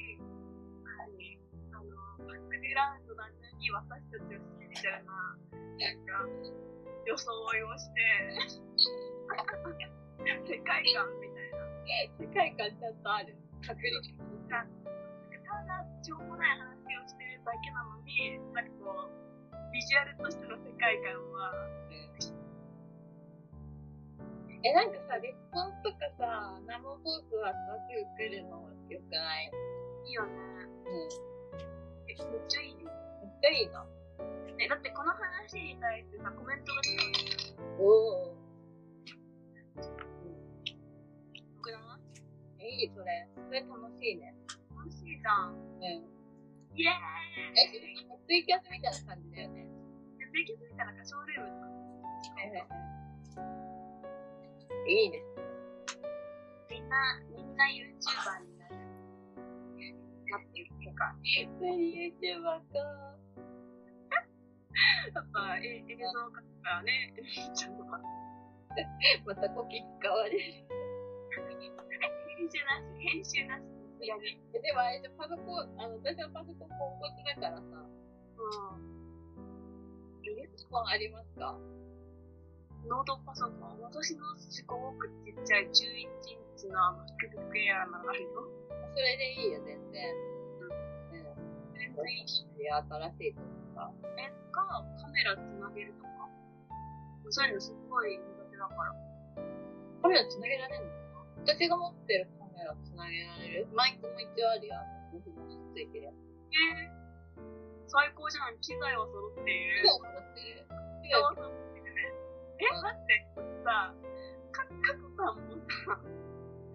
Speaker 2: 何あの、バックグラウンドなのに私たちをしてみたいな、なんか、装いをして、世界観みたいな。
Speaker 3: 世界観ちゃんとある。確率。
Speaker 2: ただしょうもない話をしてるだけなのになんかこうビジュアルとしての世界観は
Speaker 3: え、なんかさ、レスポンスとかさ、生放送はさ、すぐ来るのよくない
Speaker 2: いいよね
Speaker 3: うん。
Speaker 2: えめっちゃいいよ
Speaker 3: めっちゃいいな。
Speaker 2: えだってこの話に対してさコメントが来たの
Speaker 3: おお。
Speaker 2: 僕だない
Speaker 3: い、それ。それ楽しいね。
Speaker 2: 楽しいじゃん
Speaker 3: うん。え、
Speaker 2: イエーイ
Speaker 3: ツイキャスみたいな感じだよね。
Speaker 2: でできづいたなんかショールームとか
Speaker 3: いいね。
Speaker 2: みんなみんな YouTuber になるなっていう世 界
Speaker 3: ユーチューバーか。
Speaker 2: やっぱえ映像化とかね えちゃんとか
Speaker 3: またコキ使われる。
Speaker 2: 編集なし編集なしいやね
Speaker 3: えでもあれじゃパソコン、あの、私はパソコンポンコツだからさ、
Speaker 2: うんえ
Speaker 3: パソコンありますか
Speaker 2: ノートパソコン、私のすごくちっちゃい11インチの MacBook Air なのあるよ。
Speaker 3: それでいいよ、全然。うん。
Speaker 2: 全然いいし。
Speaker 3: いや、新しいと思った。
Speaker 2: え、か、カメラつなげるとか。そういうのすごい苦手だから。
Speaker 3: カメラつなげられるの私が持ってるカメラつなげられるマイクも一応あるよ。あの僕もついてるやつ。
Speaker 2: えー、最高じゃん。機材は揃っている。
Speaker 3: 今も持ってる。
Speaker 2: 機材は揃ってるね。え、待って、さ、か、かこさんもさ、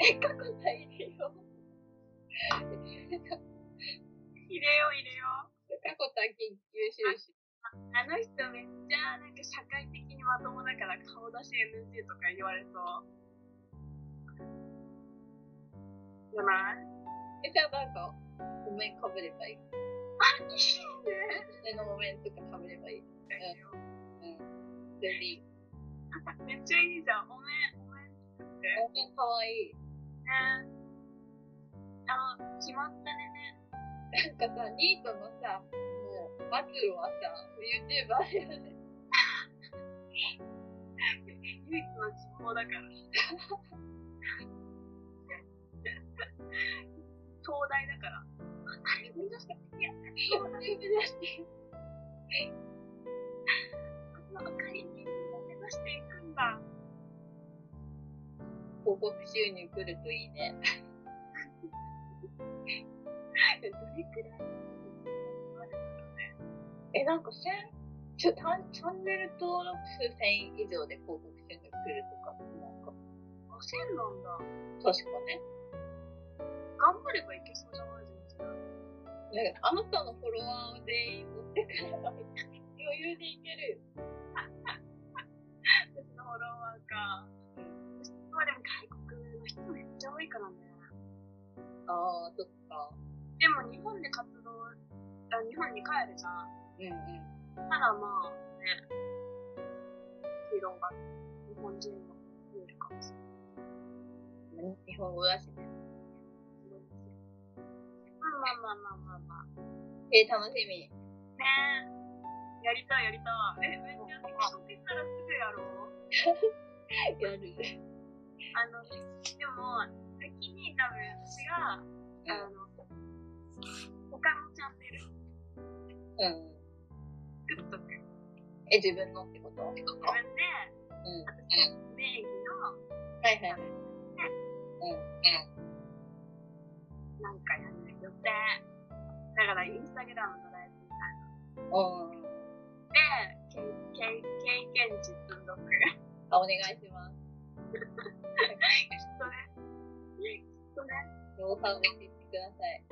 Speaker 3: え、過去最低よ。
Speaker 2: 入れよう入れよう。
Speaker 3: 過去短緊急収集。
Speaker 2: あの人めっちゃなんか社会的にまともだから顔出し NG とか言われそう。じゃない
Speaker 3: え、じゃあなんか、お面かぶればいい。
Speaker 2: いいね。
Speaker 3: 胸のお面とかかぶればいい。うん。それでいい。
Speaker 2: めっちゃいいじゃん。おめん、おめん作って。
Speaker 3: お面かわいい。
Speaker 2: ね。あ、決まったね。
Speaker 3: なんかさ、ニートのさ、もう、末路はさ、YouTuber だよね。
Speaker 2: 唯一の希望だから。東大だから。目指した。いや、
Speaker 3: そうだよね。
Speaker 2: あの仮に目指していくんだ。
Speaker 3: 広告収入来るといいね。
Speaker 2: どれくらいあるんだろうね。
Speaker 3: え、なんか千、ちょ、たんチャンネル登録数千以上で広告収入来るとか、なんか、
Speaker 2: 5000なんだ。
Speaker 3: 確かね。
Speaker 2: 頑張ればいけそうじゃない全然。
Speaker 3: なんか、あなたのフォロワーを全員持ってくれば、余裕でいけるよ。
Speaker 2: 私のフォロワーか。まあでも外国の人めっちゃ多いからね。
Speaker 3: ああ、そっか。
Speaker 2: でも日本で活動、あ日本に帰るじゃん。
Speaker 3: うんうん。
Speaker 2: ただまあね、広がる。日本人も見えるかもしれない。
Speaker 3: 日本語だしね。
Speaker 2: まあまあまあまあまあまあ。
Speaker 3: えー、楽し
Speaker 2: ね
Speaker 3: み。
Speaker 2: え。やりたいやりたい。え、めっちゃ仕事したらすぐやろう。
Speaker 3: やる。
Speaker 2: あの、でも、先に多分私が、あの、他のチャンネル
Speaker 3: うん。
Speaker 2: 作っとく。自
Speaker 3: え、自分のってことう
Speaker 2: 分
Speaker 3: ん。
Speaker 2: で、
Speaker 3: うん
Speaker 2: 私の名義の、
Speaker 3: はいはいはい。
Speaker 2: なんかやる予定。だから、インスタグラムのライブみたいな。
Speaker 3: うん。う
Speaker 2: で、
Speaker 3: ん。
Speaker 2: けけ経験値積んどく。
Speaker 3: あ、お願いします。
Speaker 2: きっとね。きっとね。
Speaker 3: ノウハウを教えてください。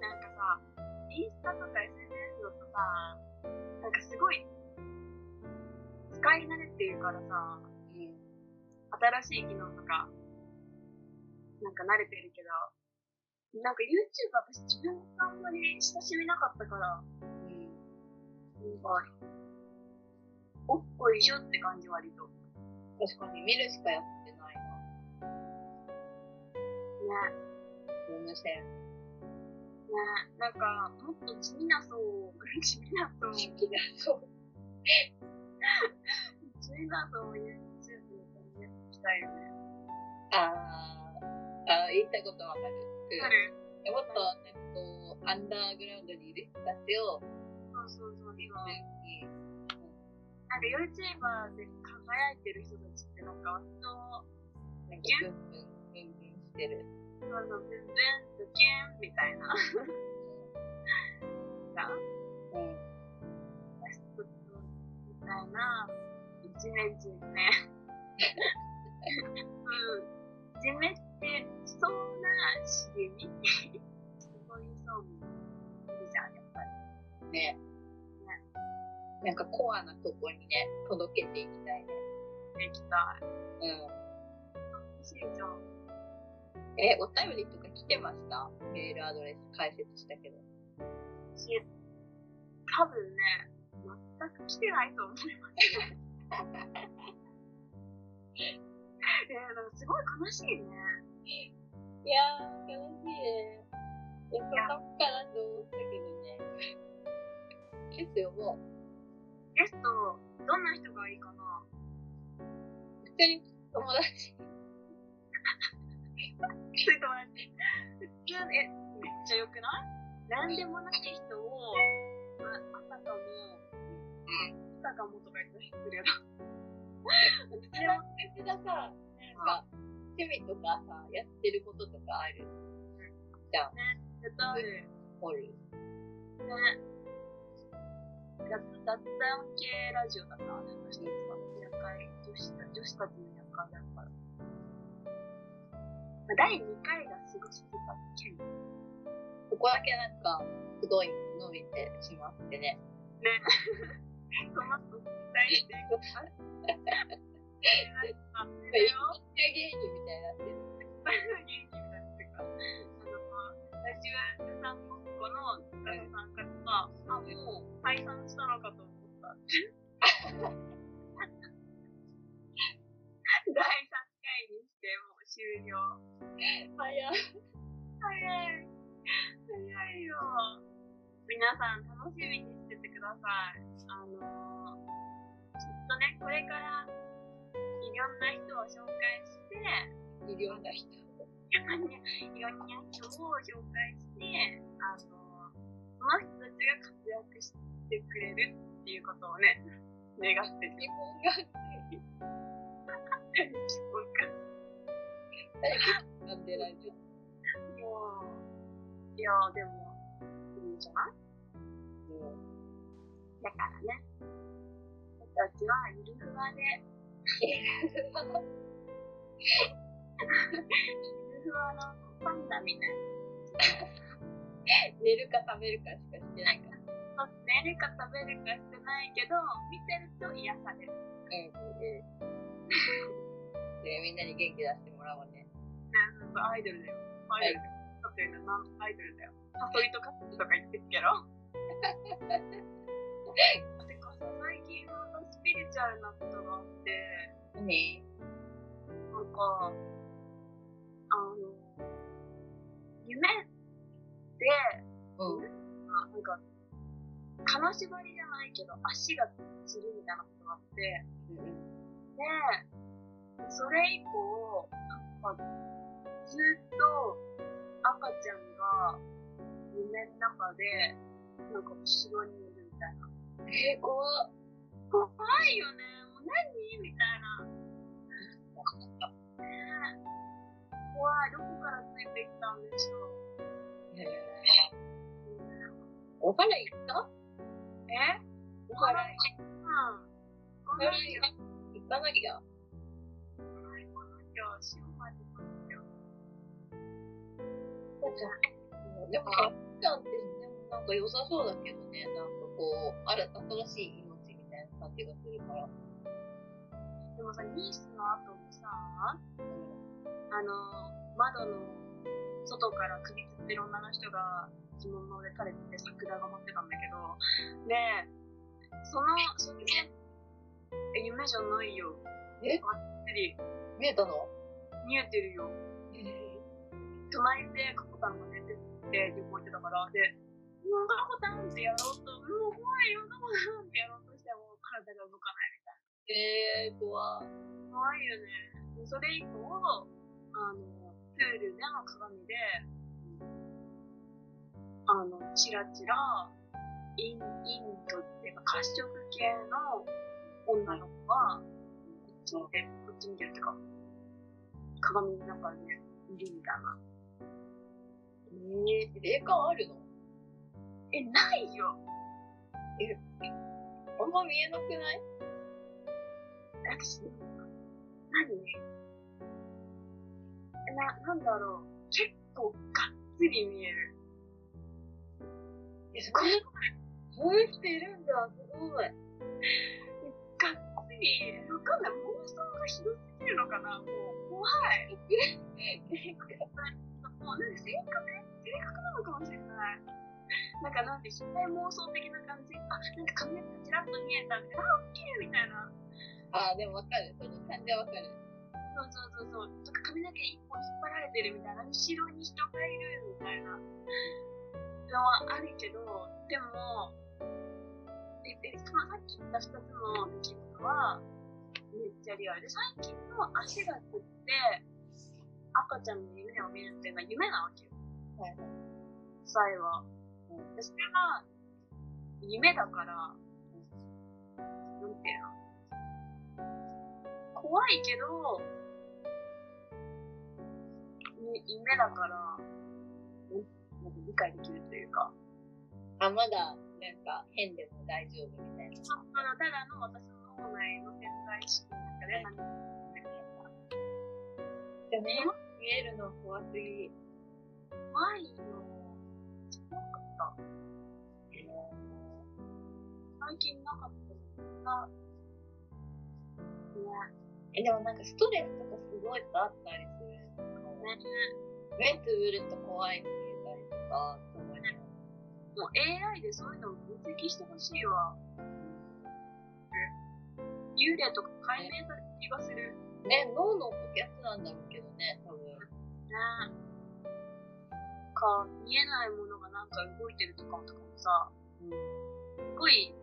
Speaker 2: なんかさ、インスタとか SNS だとさ、なんかすごい、使い慣れてるからさ、
Speaker 3: うん。
Speaker 2: 新しい機能とか、なんか慣れてるけど、なんか YouTube 私自分があんまり親しみなかったから、
Speaker 3: うん。
Speaker 2: なんか、おっこいしょって感じ割と。
Speaker 3: 確かに見るしかやってないな。
Speaker 2: ね、
Speaker 3: ルームシェア。
Speaker 2: ね、なんか、もっと地味な層を、地味な層を、地
Speaker 3: きだそう。
Speaker 2: 味な層を YouTube に飛んでいきたいよね。
Speaker 3: あー、あー言いたいことわかる。うん
Speaker 2: わかる
Speaker 3: えもっと、なんかこう、アンダーグラウンドにいる人たちを、
Speaker 2: そうそうそう、今。な
Speaker 3: に、
Speaker 2: んか YouTuber で輝いてる人たちってなんか割と、
Speaker 3: なんか、ブンブン、ブンブンしてる。
Speaker 2: なんか全然ドキュンみたいな。さ、
Speaker 3: うん。
Speaker 2: 私ちょっと、みたいな、一年人ね。うん。じめって、そうな茂みそういう層もいるじゃん、やっぱり。
Speaker 3: ね。なんかコアなとこにね、届けていきたいね。
Speaker 2: できた。
Speaker 3: う
Speaker 2: 欲しいじゃん。
Speaker 3: ん。え、お便りとか来てましたメールアドレス解説したけど。
Speaker 2: し、多分ね、全く来てないと思います。えー、でもすごい悲しいね。
Speaker 3: いやー、悲しいね。やっぱカッかなと思ったけどね。ですよ、もう。
Speaker 2: ゲスト、どんな人がいいかな
Speaker 3: 普通に友達。
Speaker 2: 普通に友達。普通ね、めっちゃ良くないなんでもない人を、まあ、あたかも、あたかもとか言ったら失礼だ。
Speaker 3: それは別ださ、なんか、趣味とかさ、やってることとかある。
Speaker 2: 絶対ある。
Speaker 3: お
Speaker 2: ね。
Speaker 3: る。
Speaker 2: 雑談系ラジオだから、ね、私たちは。夜会、女子た女子たちの夜会だから。まあ、第2回がすごすぎた件。
Speaker 3: うここだけなんか、くどい伸びてしまってね。
Speaker 2: トマト期待してください。あ
Speaker 3: 一
Speaker 2: れ
Speaker 3: 芸
Speaker 2: だよ
Speaker 3: 人みたいになってる。
Speaker 2: 元気になってか、あの、ラジオ屋さんごっこの塚田さんからは、あ、もう解散したのかと思った。第3回にして、もう終了。
Speaker 3: 早い。
Speaker 2: 早い。早いよ。皆さん楽しみにしててください。あのー、きっとね、これから、いろんな人を紹介して、
Speaker 3: いるような人。
Speaker 2: いろんな人を紹介して、あのー、その人たちが活躍してくれるっていうことをね、願ってる。
Speaker 3: 日本がない。なんでラジオ。
Speaker 2: もう、いやー、でも、いいんじゃないだからね、僕たちはゆるふわで、ゆるふわのパンダみたいな。
Speaker 3: 寝るか食べるかしかしてないから。
Speaker 2: 寝るか食べるかしてないけど、見てると癒される。
Speaker 3: うん。で、みんなに元気出してもらおうね。
Speaker 2: アイドルだよ。アイドルだよ。だってなんアイドルだよ。誘いとかとか言ってるけど。てかさ、最近はスピリチュアルなことがあって、
Speaker 3: 何
Speaker 2: なんか、あの、夢で、
Speaker 3: うん。
Speaker 2: まあなんか、金縛りじゃないけど、足がつるみたいなことがあって、で、それ以降、なんか、ずっと赤ちゃんが夢の中で、なんか後ろにいるみたいな。
Speaker 3: えー、怖っ。
Speaker 2: 怖いよね、もう何みたい な。ねえ怖い、どこからついてきたんでしょう。
Speaker 3: えー、お払い行った
Speaker 2: え
Speaker 3: お払い。
Speaker 2: うん。ご
Speaker 3: お
Speaker 2: めん
Speaker 3: 払
Speaker 2: よ。
Speaker 3: い行かなきゃ。
Speaker 2: 今日、しまでますよ。
Speaker 3: でも、さっちゃんって、でもなんか良さそうだけどね。なんかこう、新た新しい命みたいな感じがするから。
Speaker 2: でもさ、ニースの後もさ、あ
Speaker 3: うん。
Speaker 2: の、窓の外から首吊ってる女の人が着物で垂れてて桜が舞ってたんだけど、ねえ、その、その、え、夢じゃないよ。
Speaker 3: え
Speaker 2: ばっちり
Speaker 3: 見えたの
Speaker 2: 見えてるよ。隣でココタンが寝てて旅行行ってたから、で、もうココタンってやろうと、もう怖いよ、ココタンってやろうとしても体が動かない。
Speaker 3: えー、怖っ。
Speaker 2: 怖いよね。でそれ以降、あの、プールでの鏡で、あの、チラチラ、イン、インドっていうか、褐色系の女の子が、こっち見て、こっち見てるっていうか、鏡の中にいるみたいな。
Speaker 3: えー、霊感あるの
Speaker 2: え、ないよ
Speaker 3: あんま見えなくない
Speaker 2: 私、何な、なんだろう。結構がっつり見える。
Speaker 3: え、すごい。そういう人いるんだ。すごい。
Speaker 2: がっつり、わかんない。妄想がひどすぎるのかなもう、怖い。 もう、なんか性格性格なのかもしれない。なんか、なんて、被害妄想的な感じ。あ、なんか髪の毛がちらっと見えたみたいな。あ、オッケーみたいな。
Speaker 3: あー、でもわかる。その感じはわかる。
Speaker 2: そうそうそうそう。とか髪の毛一本引っ張られてるみたいな、後ろに人がいるみたいなのはあるけど、でも、え、え、そのさっき言った二つの出来事は、めっちゃリアルで、最近の足がつって、赤ちゃんの夢を見るっていうのは夢なわけよ。
Speaker 3: はい。
Speaker 2: 実際は。でそれが、夢だから、なんていうの怖いけど、ゆ夢だから、うんなんか理解できるというか、
Speaker 3: あ、まだ、なんか、変でも大丈夫みたいな。
Speaker 2: そのただの私の脳内の潜在意識の中で何か起きてるみたいな
Speaker 3: でも、見えるの怖すぎ。
Speaker 2: 怖いの。最近なかったね
Speaker 3: え、でもなんかストレスとかすごいあったりするのね。目つぶると怖いって言ったりとか、すごいね。
Speaker 2: もう AI でそういうのを分析してほしいわ幽霊とか解明される気がする
Speaker 3: ね、脳のやつなんだろうけどね、多分。
Speaker 2: ねか見えないものがなんか動いてるとかもとかもさ
Speaker 3: うん。
Speaker 2: すごい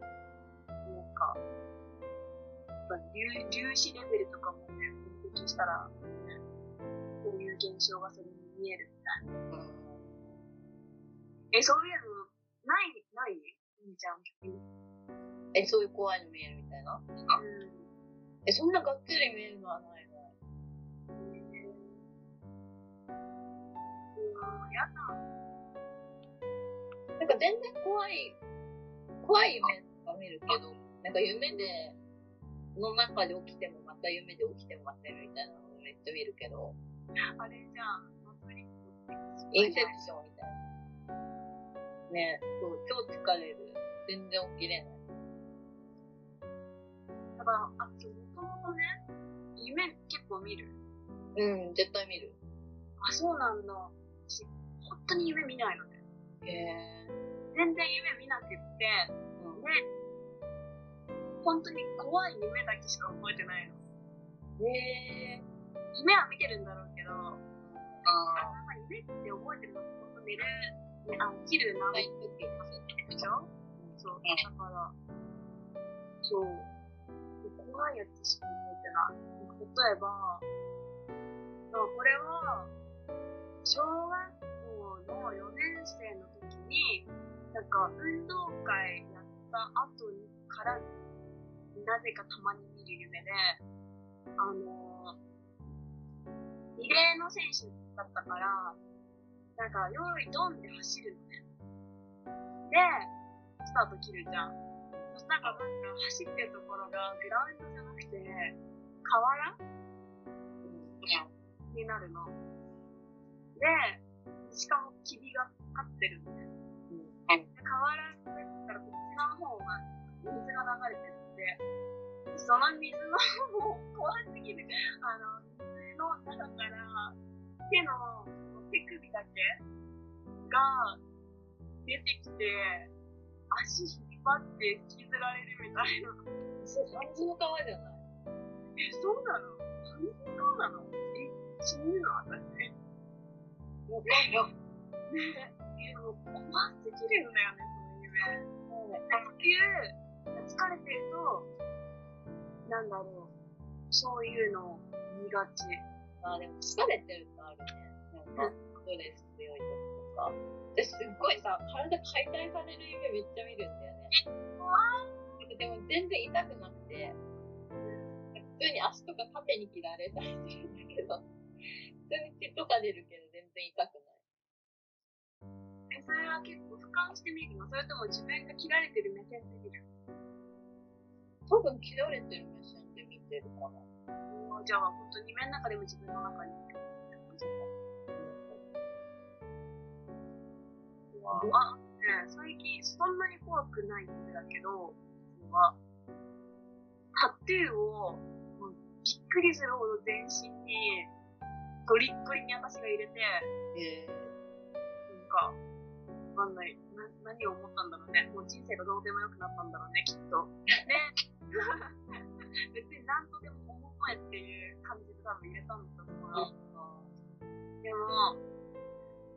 Speaker 2: なんかやっぱ粒粒子レベルとかもね分析したら、ね、こういう現象がそれに見えるみたいなえ、そういうの、ない、ないみーちゃん。う
Speaker 3: え、そういう怖いの見えるみたいな。
Speaker 2: ん。
Speaker 3: え、そんながっつり見えるのはないな。
Speaker 2: うわやだ。
Speaker 3: なんか全然怖い、怖い夢とか見るけど、なんか夢で、の中で起きてもまた夢で起きてもまた夢みたいなのをめっちゃ見るけど、
Speaker 2: あれじゃん。マトリックス
Speaker 3: インセプションみたいな。ね、そう、超疲れる。全然起きれない。
Speaker 2: だから、あと、もともとね、夢結構見る。
Speaker 3: うん、絶対見る。
Speaker 2: あ、そうなんだ。私、本当に夢見ないのね。
Speaker 3: へえ。
Speaker 2: 全然夢見なくって、で、
Speaker 3: うん。
Speaker 2: 本当に怖い夢だけしか覚えてないの。
Speaker 3: へえ。
Speaker 2: 夢は見てるんだろうけど、あ
Speaker 3: ああ。
Speaker 2: なんか夢って覚えてるのって本当寝る、ね、あ、起きるな、
Speaker 3: はい、時です。
Speaker 2: でしょそう、
Speaker 3: ね
Speaker 2: だから、そう、怖いやつしか覚えてない。例えば、まあこれは、小学校の4年生の時に、なんか運動会やった後から、なぜかたまに見る夢で、あのーリレーの選手だったから、なんか、用意ドンで走るのね。で、スタート切るじゃん。そしたらなんか走ってるところがグラウンドじゃなくて、河原になるの。で、しかも霧がかかってるんで、で河原からこっち側の方が水が流れてるんで、その水のもう怖すぎる。あの、水の中から手の手首だけが出てきて、足引っ張って引きずられるみたいな。
Speaker 3: それ、半ズの川じゃない
Speaker 2: え、そうなの半分そうなのえ、死ぬの私。ね
Speaker 3: わかんない。
Speaker 2: え、もう怖すぎるんだよね、その夢。卓球、疲れてると、なんだろう、そういうの見がち。
Speaker 3: あーでも疲れてるとあるね。なんか、ストレス強い時とか。で、すっごいさ、体解体される夢めっちゃ見るんだよね。
Speaker 2: 怖
Speaker 3: でも全然痛くなくて、普通に足とか縦に切られたりするんだけど、普通に血とか出るけど全然痛くない。
Speaker 2: え、それは結構俯瞰してみるのそれとも自分が切られてる目線で見る
Speaker 3: 多分切られてる目線で見てるかな。
Speaker 2: のじゃあ、本当に夢の中でも自分の中にいる。あ、ね、最近そんなに怖くない夢だけど、は、タトゥーをもうびっくりするほど全身にゴリッゴリに私が入れて、
Speaker 3: へえ
Speaker 2: なんか、わかんない。な、何を思ったんだろうね。もう人生がどうでもよくなったんだろうね、きっと。ね。 別に何とでも思えっていう感じで多分入れたんだと思うな。でも、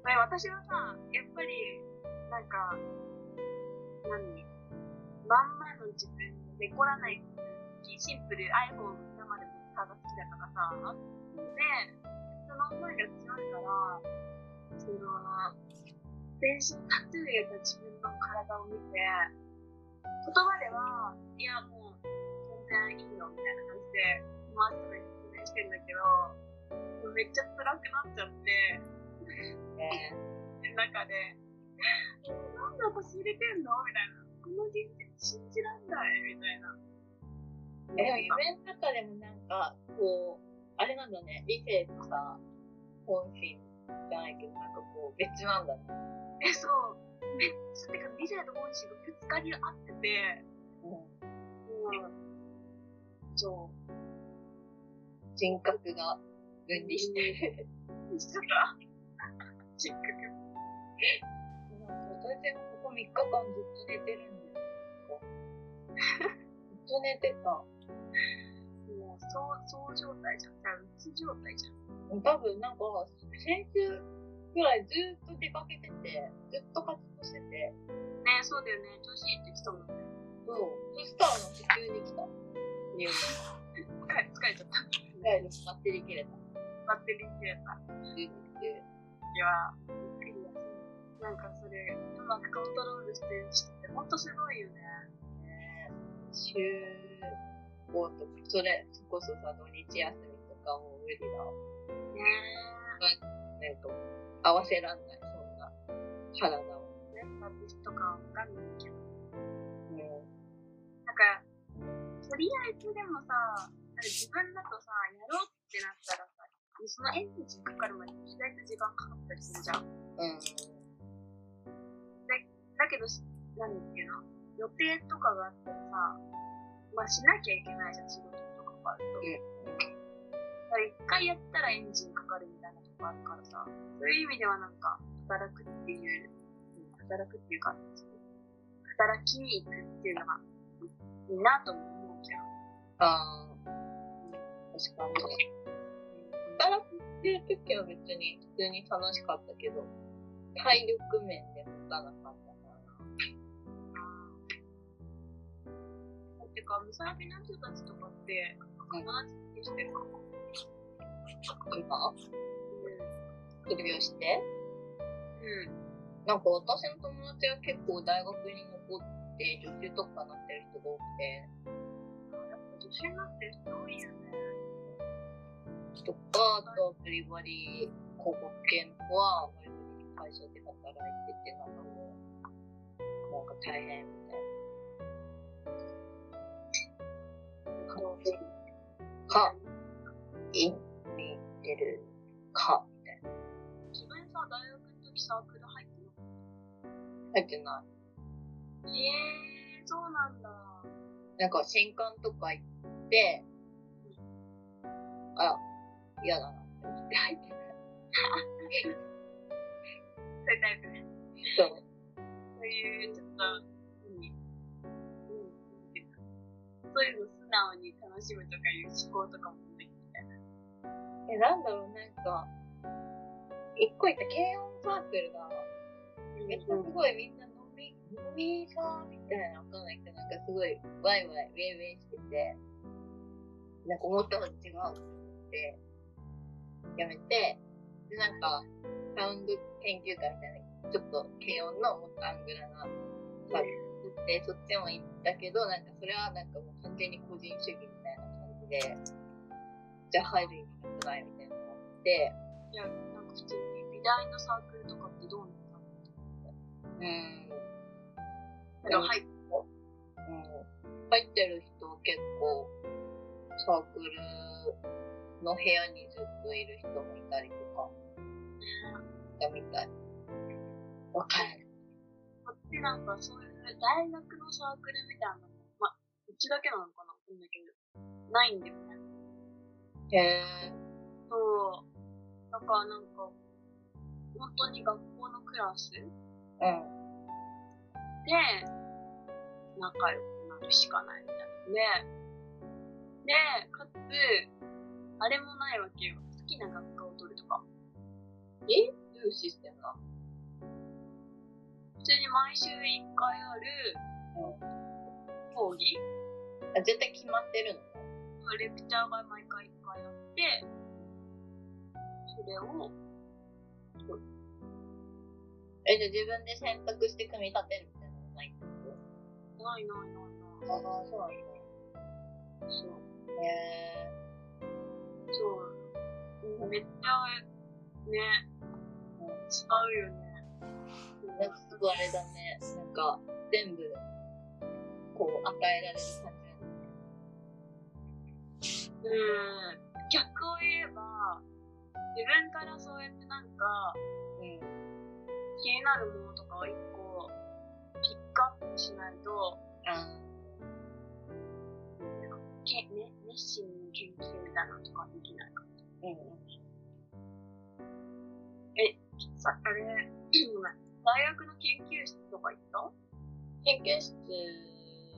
Speaker 2: まあ私はさ、やっぱり、なんか、何まんまの自分で凝らないシンプル iPhone 生でも歌が好きだからさ、で、その思いが強いから、その、全身タトゥー入れた自分の体を見て、言葉では、いやもう、全然いいよみたいな感じで、マークで説明してんだけど、めっちゃ辛くなっちゃって、
Speaker 3: ね
Speaker 2: 中で、なんで私入れてんのみたいな。この人生信じらんないみたいな。
Speaker 3: え、でも夢の中でもなんか、こう、あれなんだね、理性とさ、本心じゃないけど、なんかこう、別なんだね。
Speaker 2: え、そう。めっちゃ、てか、理性と本心がぶつかり合ってて、
Speaker 3: うん、
Speaker 2: うん。そ
Speaker 3: 人格が分離してる。
Speaker 2: う。してた。せっかく。
Speaker 3: なんか私もここ3日間ずっと寝てるんですよ。ずっと寝てた。
Speaker 2: もう、そう、そう状態じゃん。じゃあ、うつ状態じゃん。
Speaker 3: 多分なんか、先週くらいずっと出かけてて、ずっと活動してて、
Speaker 2: ねそうだよね。女子って来たもんね。
Speaker 3: そう。そしたらなんか急に来た。家に。
Speaker 2: 疲れ、疲れちゃった。
Speaker 3: 帰るバッテリー切れた。
Speaker 2: バッテリー切れた。
Speaker 3: 急に来て。
Speaker 2: いや、びっくりだし。なんかそれ、うまくコントロールしてる人って、ほんとすごいよね。
Speaker 3: 週5とか、それ、そこそさ、土日休みとかもう無理だわ。
Speaker 2: ね
Speaker 3: なんか、合わせらんない、そんな体を。
Speaker 2: え。何だって人かわかんないけど。
Speaker 3: も
Speaker 2: なんか、とりあえずでもさ、なんか自分だとさ、やろうってなったらさ、そのエンジンかかるまで意外と時間かかったりするじゃん。
Speaker 3: う、うん。
Speaker 2: だけどし、なんていうの、予定とかがあったらさ、まあしなきゃいけないじゃん、仕事とかがあると。
Speaker 3: うん
Speaker 2: だから一回やったらエンジンかかるみたいなとこあるからさ、そういう意味ではなんか、働くっていう、うん働くっていうか、働きに行くっていうのが、いいなとも思うけど。
Speaker 3: ああ。確かにね。働いてる時は別に普通に楽しかったけど、体力面で持たなかったな。
Speaker 2: てか、ムサラビの人たちとかって、友達ってしてるかも。
Speaker 3: 今、
Speaker 2: う
Speaker 3: 卒業して。
Speaker 2: ん。うん。
Speaker 3: なんか私の友達は結構大学に残って、女子とかなってる人が多くて、
Speaker 2: やっぱ女子になってる人多いよね。
Speaker 3: とか、あとはバリバリ広告系の子は、バリバリ会社で働いてて、なんかもう、なんか大変みたいな感じか、い見てるか、みたいな。
Speaker 2: 自分さ、大学の時サークル入ってな
Speaker 3: 入ってな
Speaker 2: か
Speaker 3: い。
Speaker 2: った。えー、そうなんだ。
Speaker 3: なんか新刊とか行って、あ、嫌だなって思って入ってない。
Speaker 2: そういうタイプね。
Speaker 3: そう。
Speaker 2: そういう、ちょっと、うん。うん。そういうの素直に楽しむとかいう思考とかもできるみたいな。
Speaker 3: え、なんだろう、なんか、一個言った軽音サークルが、めっちゃすごいみんな飲み、飲みさみたいなわかんないけど、なんかすごいワイワイ、ウェイウェイしてて、なんか思ったのと違うってやめて、で、なんか、サウンド研究会みたいな、ちょっと軽音のもっとアングラなサークル作って、そっちも行ったけど、なんかそれはなんかもう完全に個人主義みたいな感じで、じゃあ入る意味なくないみたいなのがあって、
Speaker 2: いや、なんか普通に美大のサークルとかってどうなんだろ
Speaker 3: うん。
Speaker 2: う。でも入っ
Speaker 3: うん、入ってる人は結構サークルの部屋にずっといる人もいたりとかしたみたい。わかる。
Speaker 2: こっちなんかそういう大学のサークルみたいなのも、まあ、うちだけなのかなわかんないけど、ないんだよね。
Speaker 3: へえ。
Speaker 2: そう。だからなんか、本当に学校のクラスで、
Speaker 3: うん。
Speaker 2: 仲良くなるしかないみたいな。で、で、かつ、あれもないわけよ。好きな学科を取るとか。
Speaker 3: どういうシステムなの
Speaker 2: 普通に毎週一回ある、講義
Speaker 3: あ、絶対決まってるの
Speaker 2: レクチャーが毎回一回あって、それを、
Speaker 3: え、じゃあ自分で選択して組み立てるみたいなのないってこ
Speaker 2: ないないないな
Speaker 3: と
Speaker 2: い。
Speaker 3: ああ、そうなんだ。
Speaker 2: そう。
Speaker 3: へえ。
Speaker 2: そう。めっちゃ、ね、
Speaker 3: う
Speaker 2: 違うよね。
Speaker 3: ん、なんかすごいあれだね。なんか、全部、こう、与えられる感じなんだね。
Speaker 2: うん。逆を言えば、自分からそうやってなんか、
Speaker 3: うん。
Speaker 2: 気になるものとかを一個、ピックアップしないと、
Speaker 3: あ
Speaker 2: け、ね、熱心に研究みたいなのとかできないかも。
Speaker 3: うん
Speaker 2: え、さ、あれ、 ごめん大学の研究室とか行った
Speaker 3: 研究室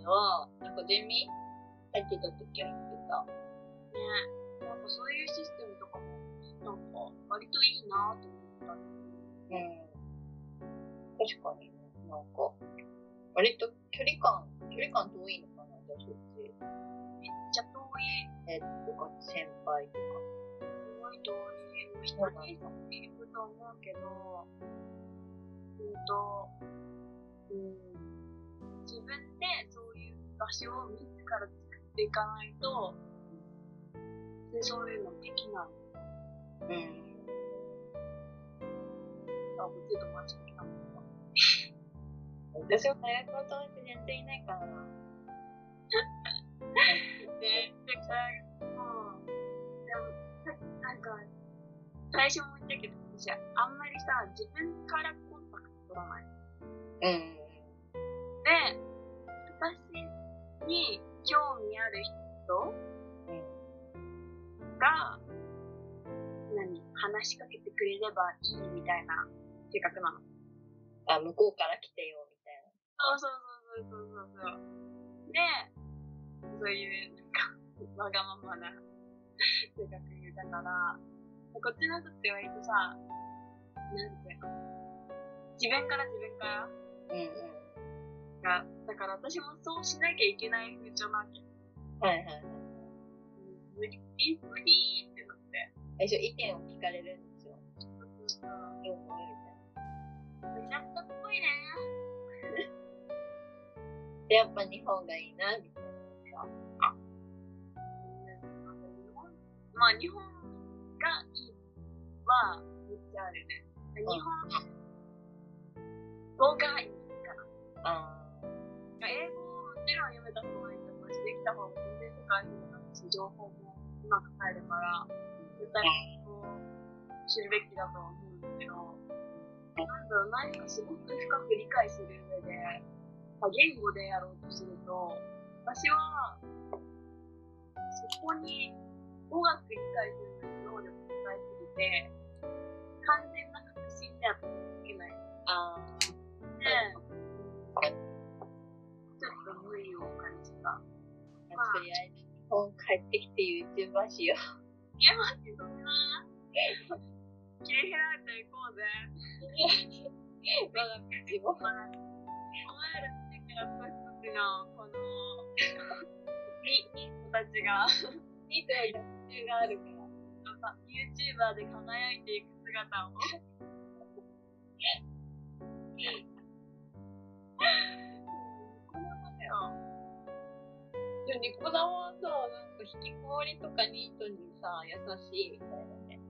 Speaker 3: は、なんかゼミ入ってた時は行ってた。
Speaker 2: ねなんかそういうシステムとかも、なんか、割といいなと思った。
Speaker 3: うん。確かにね、なんか、割と距離感、距離感遠いのかな、私たち。
Speaker 2: めっちゃ遠い、
Speaker 3: えっとか、先輩とか。
Speaker 2: 遠い遠い、もう人にいると思うけど、うんと、うん、自分でそういう場所を自ら作っていかないと、でそういうのできない。
Speaker 3: うん。
Speaker 2: あ、ちょっと待ちな
Speaker 3: 私は大学の友達全然いないからな。
Speaker 2: で、で、もう、でも、さなんか、最初も言ったけど、私、あんまりさ、自分からコンタクト取らない。
Speaker 3: うん。
Speaker 2: で、私に興味ある人が、何、話しかけてくれればいいみたいな性格なの。
Speaker 3: あ、向こうから来てよ、みたいな。
Speaker 2: そうそうそうそうそうそう。で、そういう、なんか、わがままな性格だから、こっちの人って割とさ、なんていうの自分から自分から
Speaker 3: うんうん。
Speaker 2: が、だから私もそうしなきゃいけない風潮なわけ。
Speaker 3: はいはいはい。
Speaker 2: 無理、無理ってなって。
Speaker 3: 最初意見を聞かれるんですよ。
Speaker 2: め
Speaker 3: どう思うみたいな。
Speaker 2: ちゃくちゃっぽいね。
Speaker 3: で、やっぱ日本がいいな、みたいな。
Speaker 2: まあ日本がいいはめっちゃあるね。日本語がいいかな。
Speaker 3: あ
Speaker 2: 英語ももちろん読めた方がいいと思うし、できた方が全然世界広がるし、情報もうまく入るから、絶対こう知るべきだと思うんだけど、なんだろう、何かすごく深く理解する上で、まあ言語でやろうとすると、私は、そこに語学理解する能力が高すぎて、完全な確信ではできないの
Speaker 3: ーあー。
Speaker 2: で、ちょっと無理を感じた。
Speaker 3: まあとりあえず日本帰ってきて YouTuber しよう。
Speaker 2: いや、待って、そんな。切り開いていこうぜ。
Speaker 3: まだ自分は
Speaker 2: お前ら見てから私たちの、この、み、みーたちが、
Speaker 3: ニートは学習があるから。
Speaker 2: YouTuber で輝いていく姿を。このまでを。
Speaker 3: でもニコダはさ、なんか引きこもりとかニートにさ、優しいみたいなね。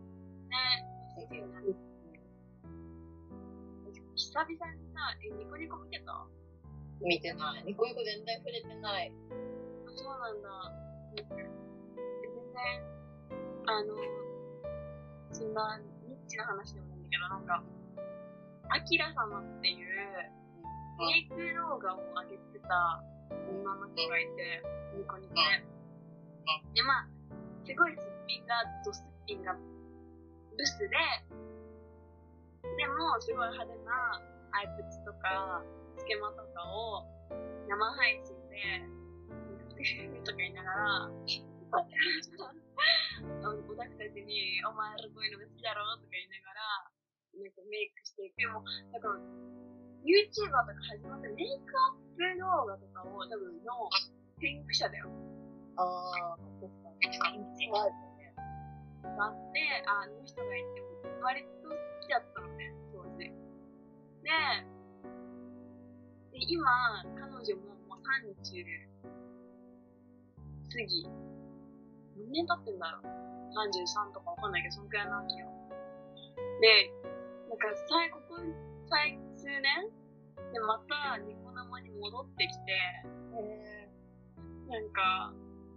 Speaker 2: ね、主人がね久々にさ、え、ニコニコ見てた
Speaker 3: 見てない。ニコニコ全然触れてない。
Speaker 2: そうなんだ。全然、あの、そんな、ニッチな話でもないんだけど、なんか、アキラ様っていう、メイク動画を上げてた女の人がいて、ニコニコで。で、まあ、すごいすっぴんが、ドすっぴんが、ブスで、でも、すごい派手な、アイプチとか、つけまとかを、生配信で、とか言いながら、 オタクたちに、お前らこういうのが好きだろとか言いながら、なんかメイクしていく。でも、なんか、YouTuber とか始まってメイクアップ動画とかを多分の先駆者だよ。
Speaker 3: ああ、確かに。はあるね。
Speaker 2: があって、ああの人がいて、割と好きだったのね、当時。で、で今、彼女ももう30過ぎ。何年経ってんだろう ?33 とかわかんないけど、そんくらいなわけよ。で、なんか最、ここ、最、数年で、また、ニコ生に戻ってきて、
Speaker 3: へ
Speaker 2: なんか、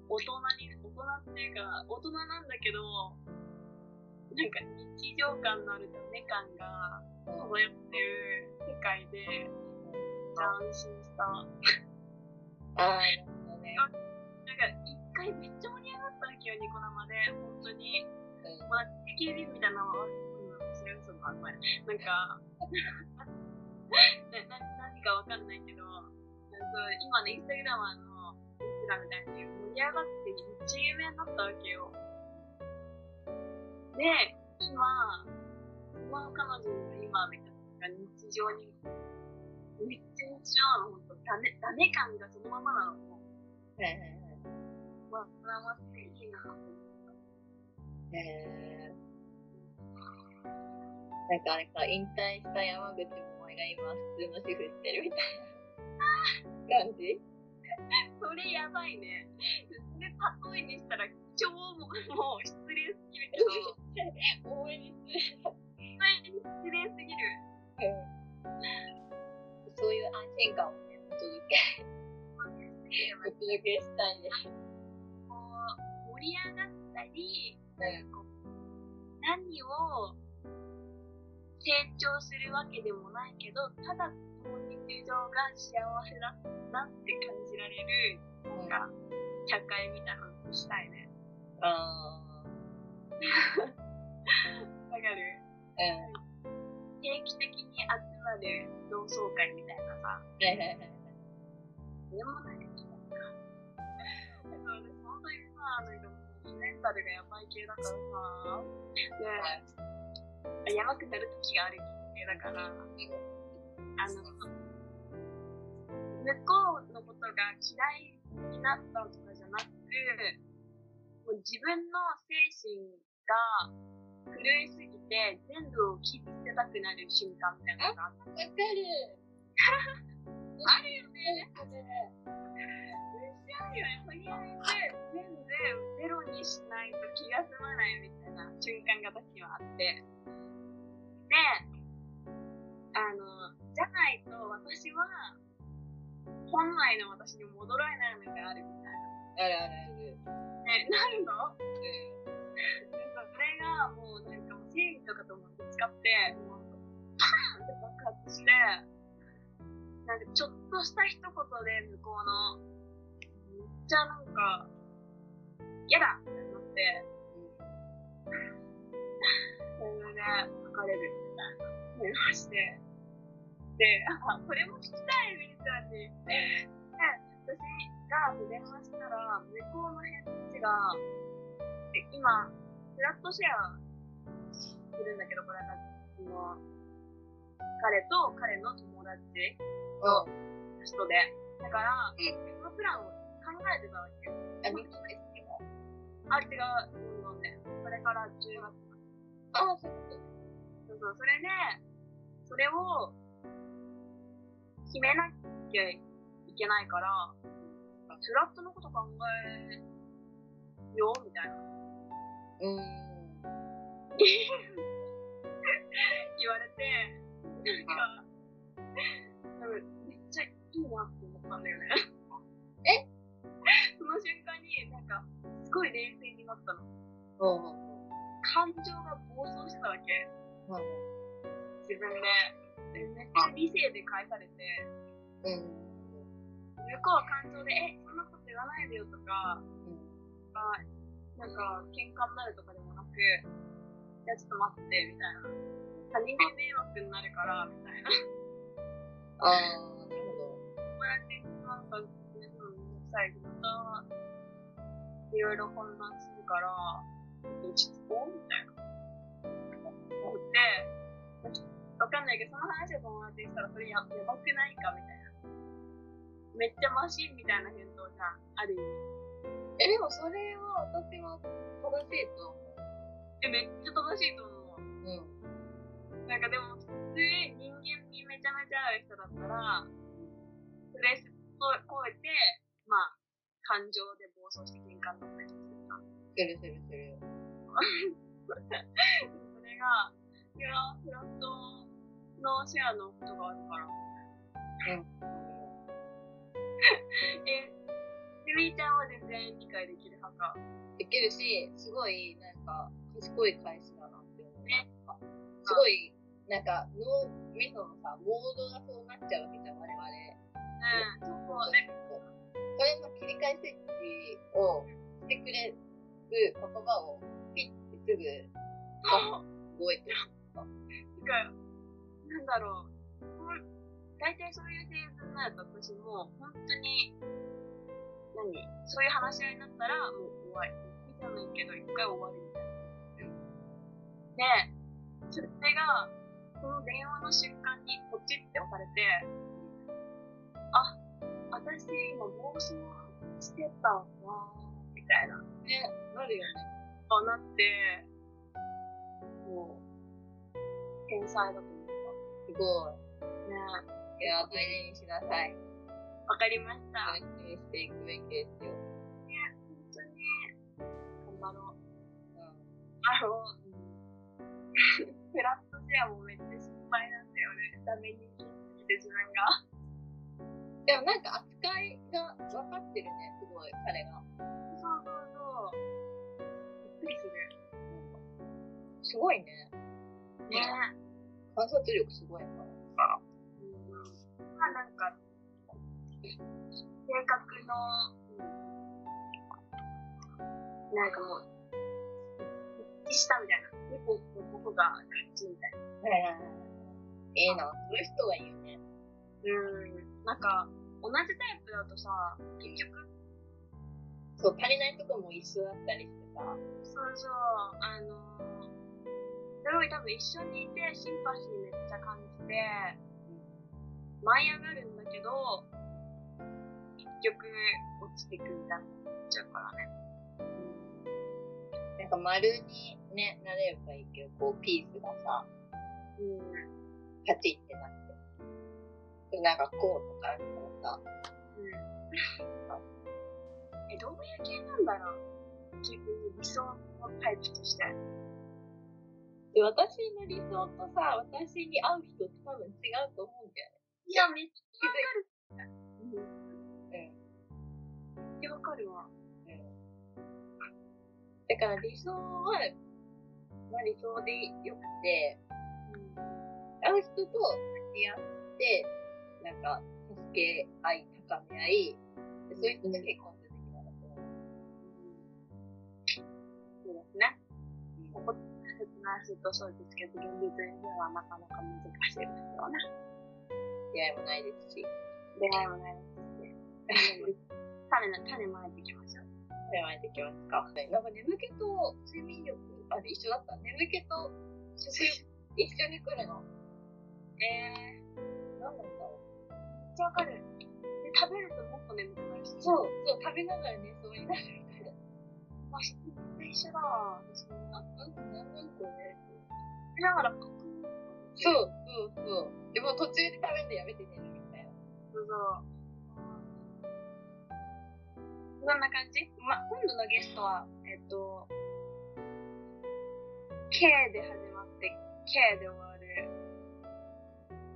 Speaker 2: 大人に、大人っていうか、大人なんだけど、なんか日常感のあるダメ感が漂ってる世界で、めっちゃ安心した。なんか
Speaker 3: ああ、なるほどね。
Speaker 2: 一回会めっちゃ盛り上がったんよ、ニコ生で。本当に。
Speaker 3: うん
Speaker 2: まあ、AKB みたいなのは、うん、それは嘘の前。なんか、なな何かわかんないけど、なんか今のインスタグラマーのインスタみたいに盛り上がってめっちゃ有名になったわけよ。で、今、その彼女の今みたいなのが日常に、めっちゃ日常なの、ほんと、ダメ、ダメ感がそのままなの。も
Speaker 3: はいはいはい。
Speaker 2: うわ、ドラマっていいなと思って。
Speaker 3: えー、なんかあれか、引退した山口萌が今、普通の主婦してるみたいな感じ
Speaker 2: それやばいね。で、例えにしたら、超も、もう失礼すぎるけど、
Speaker 3: 応援する。
Speaker 2: 失礼すぎる。
Speaker 3: そういう安心感をね、お届け、お届けしたいです。
Speaker 2: こう、盛り上がったり、
Speaker 3: うん
Speaker 2: 何を成長するわけでもないけど、ただ、こう日常が幸せだなって感じられる、
Speaker 3: うん
Speaker 2: なんか、社会みたいなのをしたいね。
Speaker 3: あ
Speaker 2: わかる
Speaker 3: ーうん
Speaker 2: 定期的に集まる同窓会みたいなさ、
Speaker 3: はいはいは
Speaker 2: で
Speaker 3: い。
Speaker 2: もなんか、そうです。本当にさ、なんかもうメンタルがやばい系だからさ、で、やばくなる時がある系だから、あの、向こうのことが嫌いになったとかじゃなく、もう自分の精神が狂いすぎて、全部を切り捨てたくなる瞬間みたいなのがあって
Speaker 3: わかる。
Speaker 2: あるよね。
Speaker 3: わ
Speaker 2: と
Speaker 3: かる。
Speaker 2: りあえず全部ゼロにしないと気が済まないみたいな瞬間が私にはあってであのじゃないと私は本来の私に戻らないのがあるみたい
Speaker 3: あるあるある。
Speaker 2: なねなるの
Speaker 3: うん
Speaker 2: なんかそれがもうなんかもう正義とかともぶつかって、もうパーンって爆発して、なんかちょっとした一言で向こうの、めっちゃなんか、嫌だってなって、それで別れるみたいな、思いまして。で、あ、これも聞きたい、みーちゃんに。で、私が電話したら、向こうの返事が、で今、フラットシェアするんだけど、これなんか、その、彼と彼の友達の人で。だから、そのプランを考えてたわけ。
Speaker 3: あ、ミキですけど。
Speaker 2: 相手がどんどんね、これから10月
Speaker 3: あ、そういうこと
Speaker 2: そうそう、それで、それを、決めなきゃいけないから、スラットのこと考えよう、みたいな。
Speaker 3: うん。
Speaker 2: 言われて、なんか、うんめっちゃいいなって思ったんだよね。
Speaker 3: え
Speaker 2: その瞬間に、なんか、すごい冷静になったの。
Speaker 3: そう
Speaker 2: 感情が暴走してたわけ。
Speaker 3: うん。
Speaker 2: 自分で。でめっちゃ理性で返されて、
Speaker 3: うん。
Speaker 2: 向こうは感情で、え、そんなこと言わないでよとか、あなんか、喧嘩になるとかでもなく、いや、ちょっと待って、みたいな。他人が迷惑になるから、みたいな。
Speaker 3: ああ、なるほ
Speaker 2: こうやってなんか、最後また、いろいろ混乱するから、落ち着こうみたいな。思って、わかんないけど、その話を友達にしたら、それややばくないかみたいな。めっちゃマシンみたいな返答じゃん、ある意味。
Speaker 3: ど。え、でもそれは私は正しいと思
Speaker 2: え、めっちゃ正しいと思う。
Speaker 3: う。うん。
Speaker 2: なんかでも、普通、人間にめちゃめちゃ合う人だったら、それすっ超えて、まあ、感情で暴走して喧嘩になったりするか。
Speaker 3: するするする。
Speaker 2: それが、いや、フラットのシェアのことがあるから。 え、でみーちゃんは全然理解できる派か。
Speaker 3: できるし、すごい、なんか、賢い返しだなって思う。
Speaker 2: ね
Speaker 3: なんかすごい、なんか、脳みそのさ、モードがそうなっちゃうわけじゃん、我々。
Speaker 2: うん。そうね。
Speaker 3: それの切り替えスイッチをしてくれる言葉をピッてすぐ覚えてる。
Speaker 2: なんか、なんだろう。こう大体そういうシーズンになると私もう本当に、何そういう話し合いになったらもう終わり。見たないけど一回終わりみたいな。で、それが、その電話の瞬間にポチって押されて、あ、私今帽子をしてたわ、みたいな。
Speaker 3: ね、なるよね。
Speaker 2: あ、なって、もう、天才だと思っ
Speaker 3: すご
Speaker 2: た。ね
Speaker 3: い。いや、大事にしなさい。
Speaker 2: わかりました。
Speaker 3: 大事にしていくべきですよ。
Speaker 2: 本当に、頑張ろう。
Speaker 3: う
Speaker 2: あの、 フラットシェアもめっちゃ失敗なんだよね。ダメに気づいて自分が。
Speaker 3: ん。でもなんか扱いが分かってるね、すごい、彼が。
Speaker 2: そうそうそう。びっくりする。
Speaker 3: すごいね。
Speaker 2: ね。
Speaker 3: 観察力すごいな。
Speaker 2: うんまあなんか、性格の、うんなんかもう、一致したみたいな。猫と僕が勝ちみたいな。
Speaker 3: ええな、そういう人がいいよね。
Speaker 2: うん。なんか、同じタイプだとさ、結局、
Speaker 3: そう、足りないとこも一緒だったりしてさ。
Speaker 2: そうそう、あのすごい多分一緒にいてシンパシーめっちゃ感じて、舞い上がるんだけど、結局落ちてくみたいになっちゃうからね。
Speaker 3: なんか丸にね、なれればいいけど、こう、ピースがさ、
Speaker 2: うん。
Speaker 3: パチってなって。なんかこうとかあるからさ、
Speaker 2: え、どういう系なんだろう逆に理想のタイプとして。
Speaker 3: で、私の理想とさ、私に合う人って多分違うと思うんだよ
Speaker 2: いや、めっち
Speaker 3: ゃわ
Speaker 2: かる。
Speaker 3: ね。
Speaker 2: うん。いや、わかるわ。
Speaker 3: うん。だから理想は、まあ理想でよくて、合う人と付き合って、なんか、助け合い、高め合い、でそういう人と結婚するべきだなと思う。
Speaker 2: そうですね。ここで説明するとそうですけど、現実ではなかなか難しいですよね。
Speaker 3: 出会いもないですし、
Speaker 2: 出会いもないですし。種の種まいていきましょう。
Speaker 3: 出会いできますかなんか眠気と睡眠力、あ、で一緒だった。眠気と食欲、一緒に来るの。
Speaker 2: えー、
Speaker 3: なんなんだろう。
Speaker 2: めっちゃわかる。で食べるともっと眠くなるし。
Speaker 3: そう、そう、食べながら寝そうになるみたいな。
Speaker 2: まあ、そこめっちゃ一緒だわ。
Speaker 3: あ、なんか、なんなんこれ。
Speaker 2: 食べながらパクン
Speaker 3: そう、そう、そう。でも途中で食べるのやめて寝るみたいな。
Speaker 2: そうそう。どんな感じま、今度のゲストは、えっと、K で始まって、K で終わる。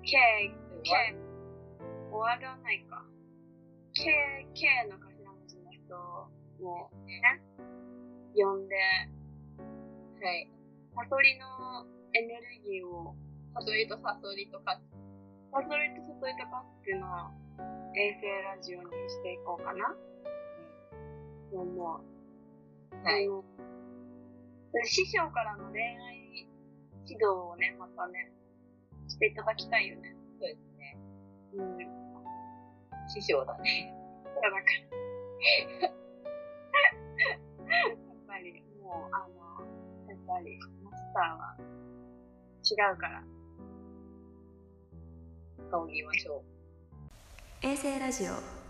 Speaker 2: K、K、終わらないか。K、K の頭文字の人をね、呼んで、
Speaker 3: はい。
Speaker 2: サソリのエネルギーを
Speaker 3: サソリとサソリとカツ。
Speaker 2: サソリとサソリとカップの衛星ラジオにしていこうかな。と思う。
Speaker 3: はい
Speaker 2: あの。師匠からの恋愛指導をね、またね、していただきたいよね。
Speaker 3: そうですね。
Speaker 2: うん。だか
Speaker 3: 師匠だね。
Speaker 2: ら なんかやっぱり、もう、あの、やっぱり、マスターは違うから。
Speaker 3: 顔に言いましょう。
Speaker 1: 衛星ラジオ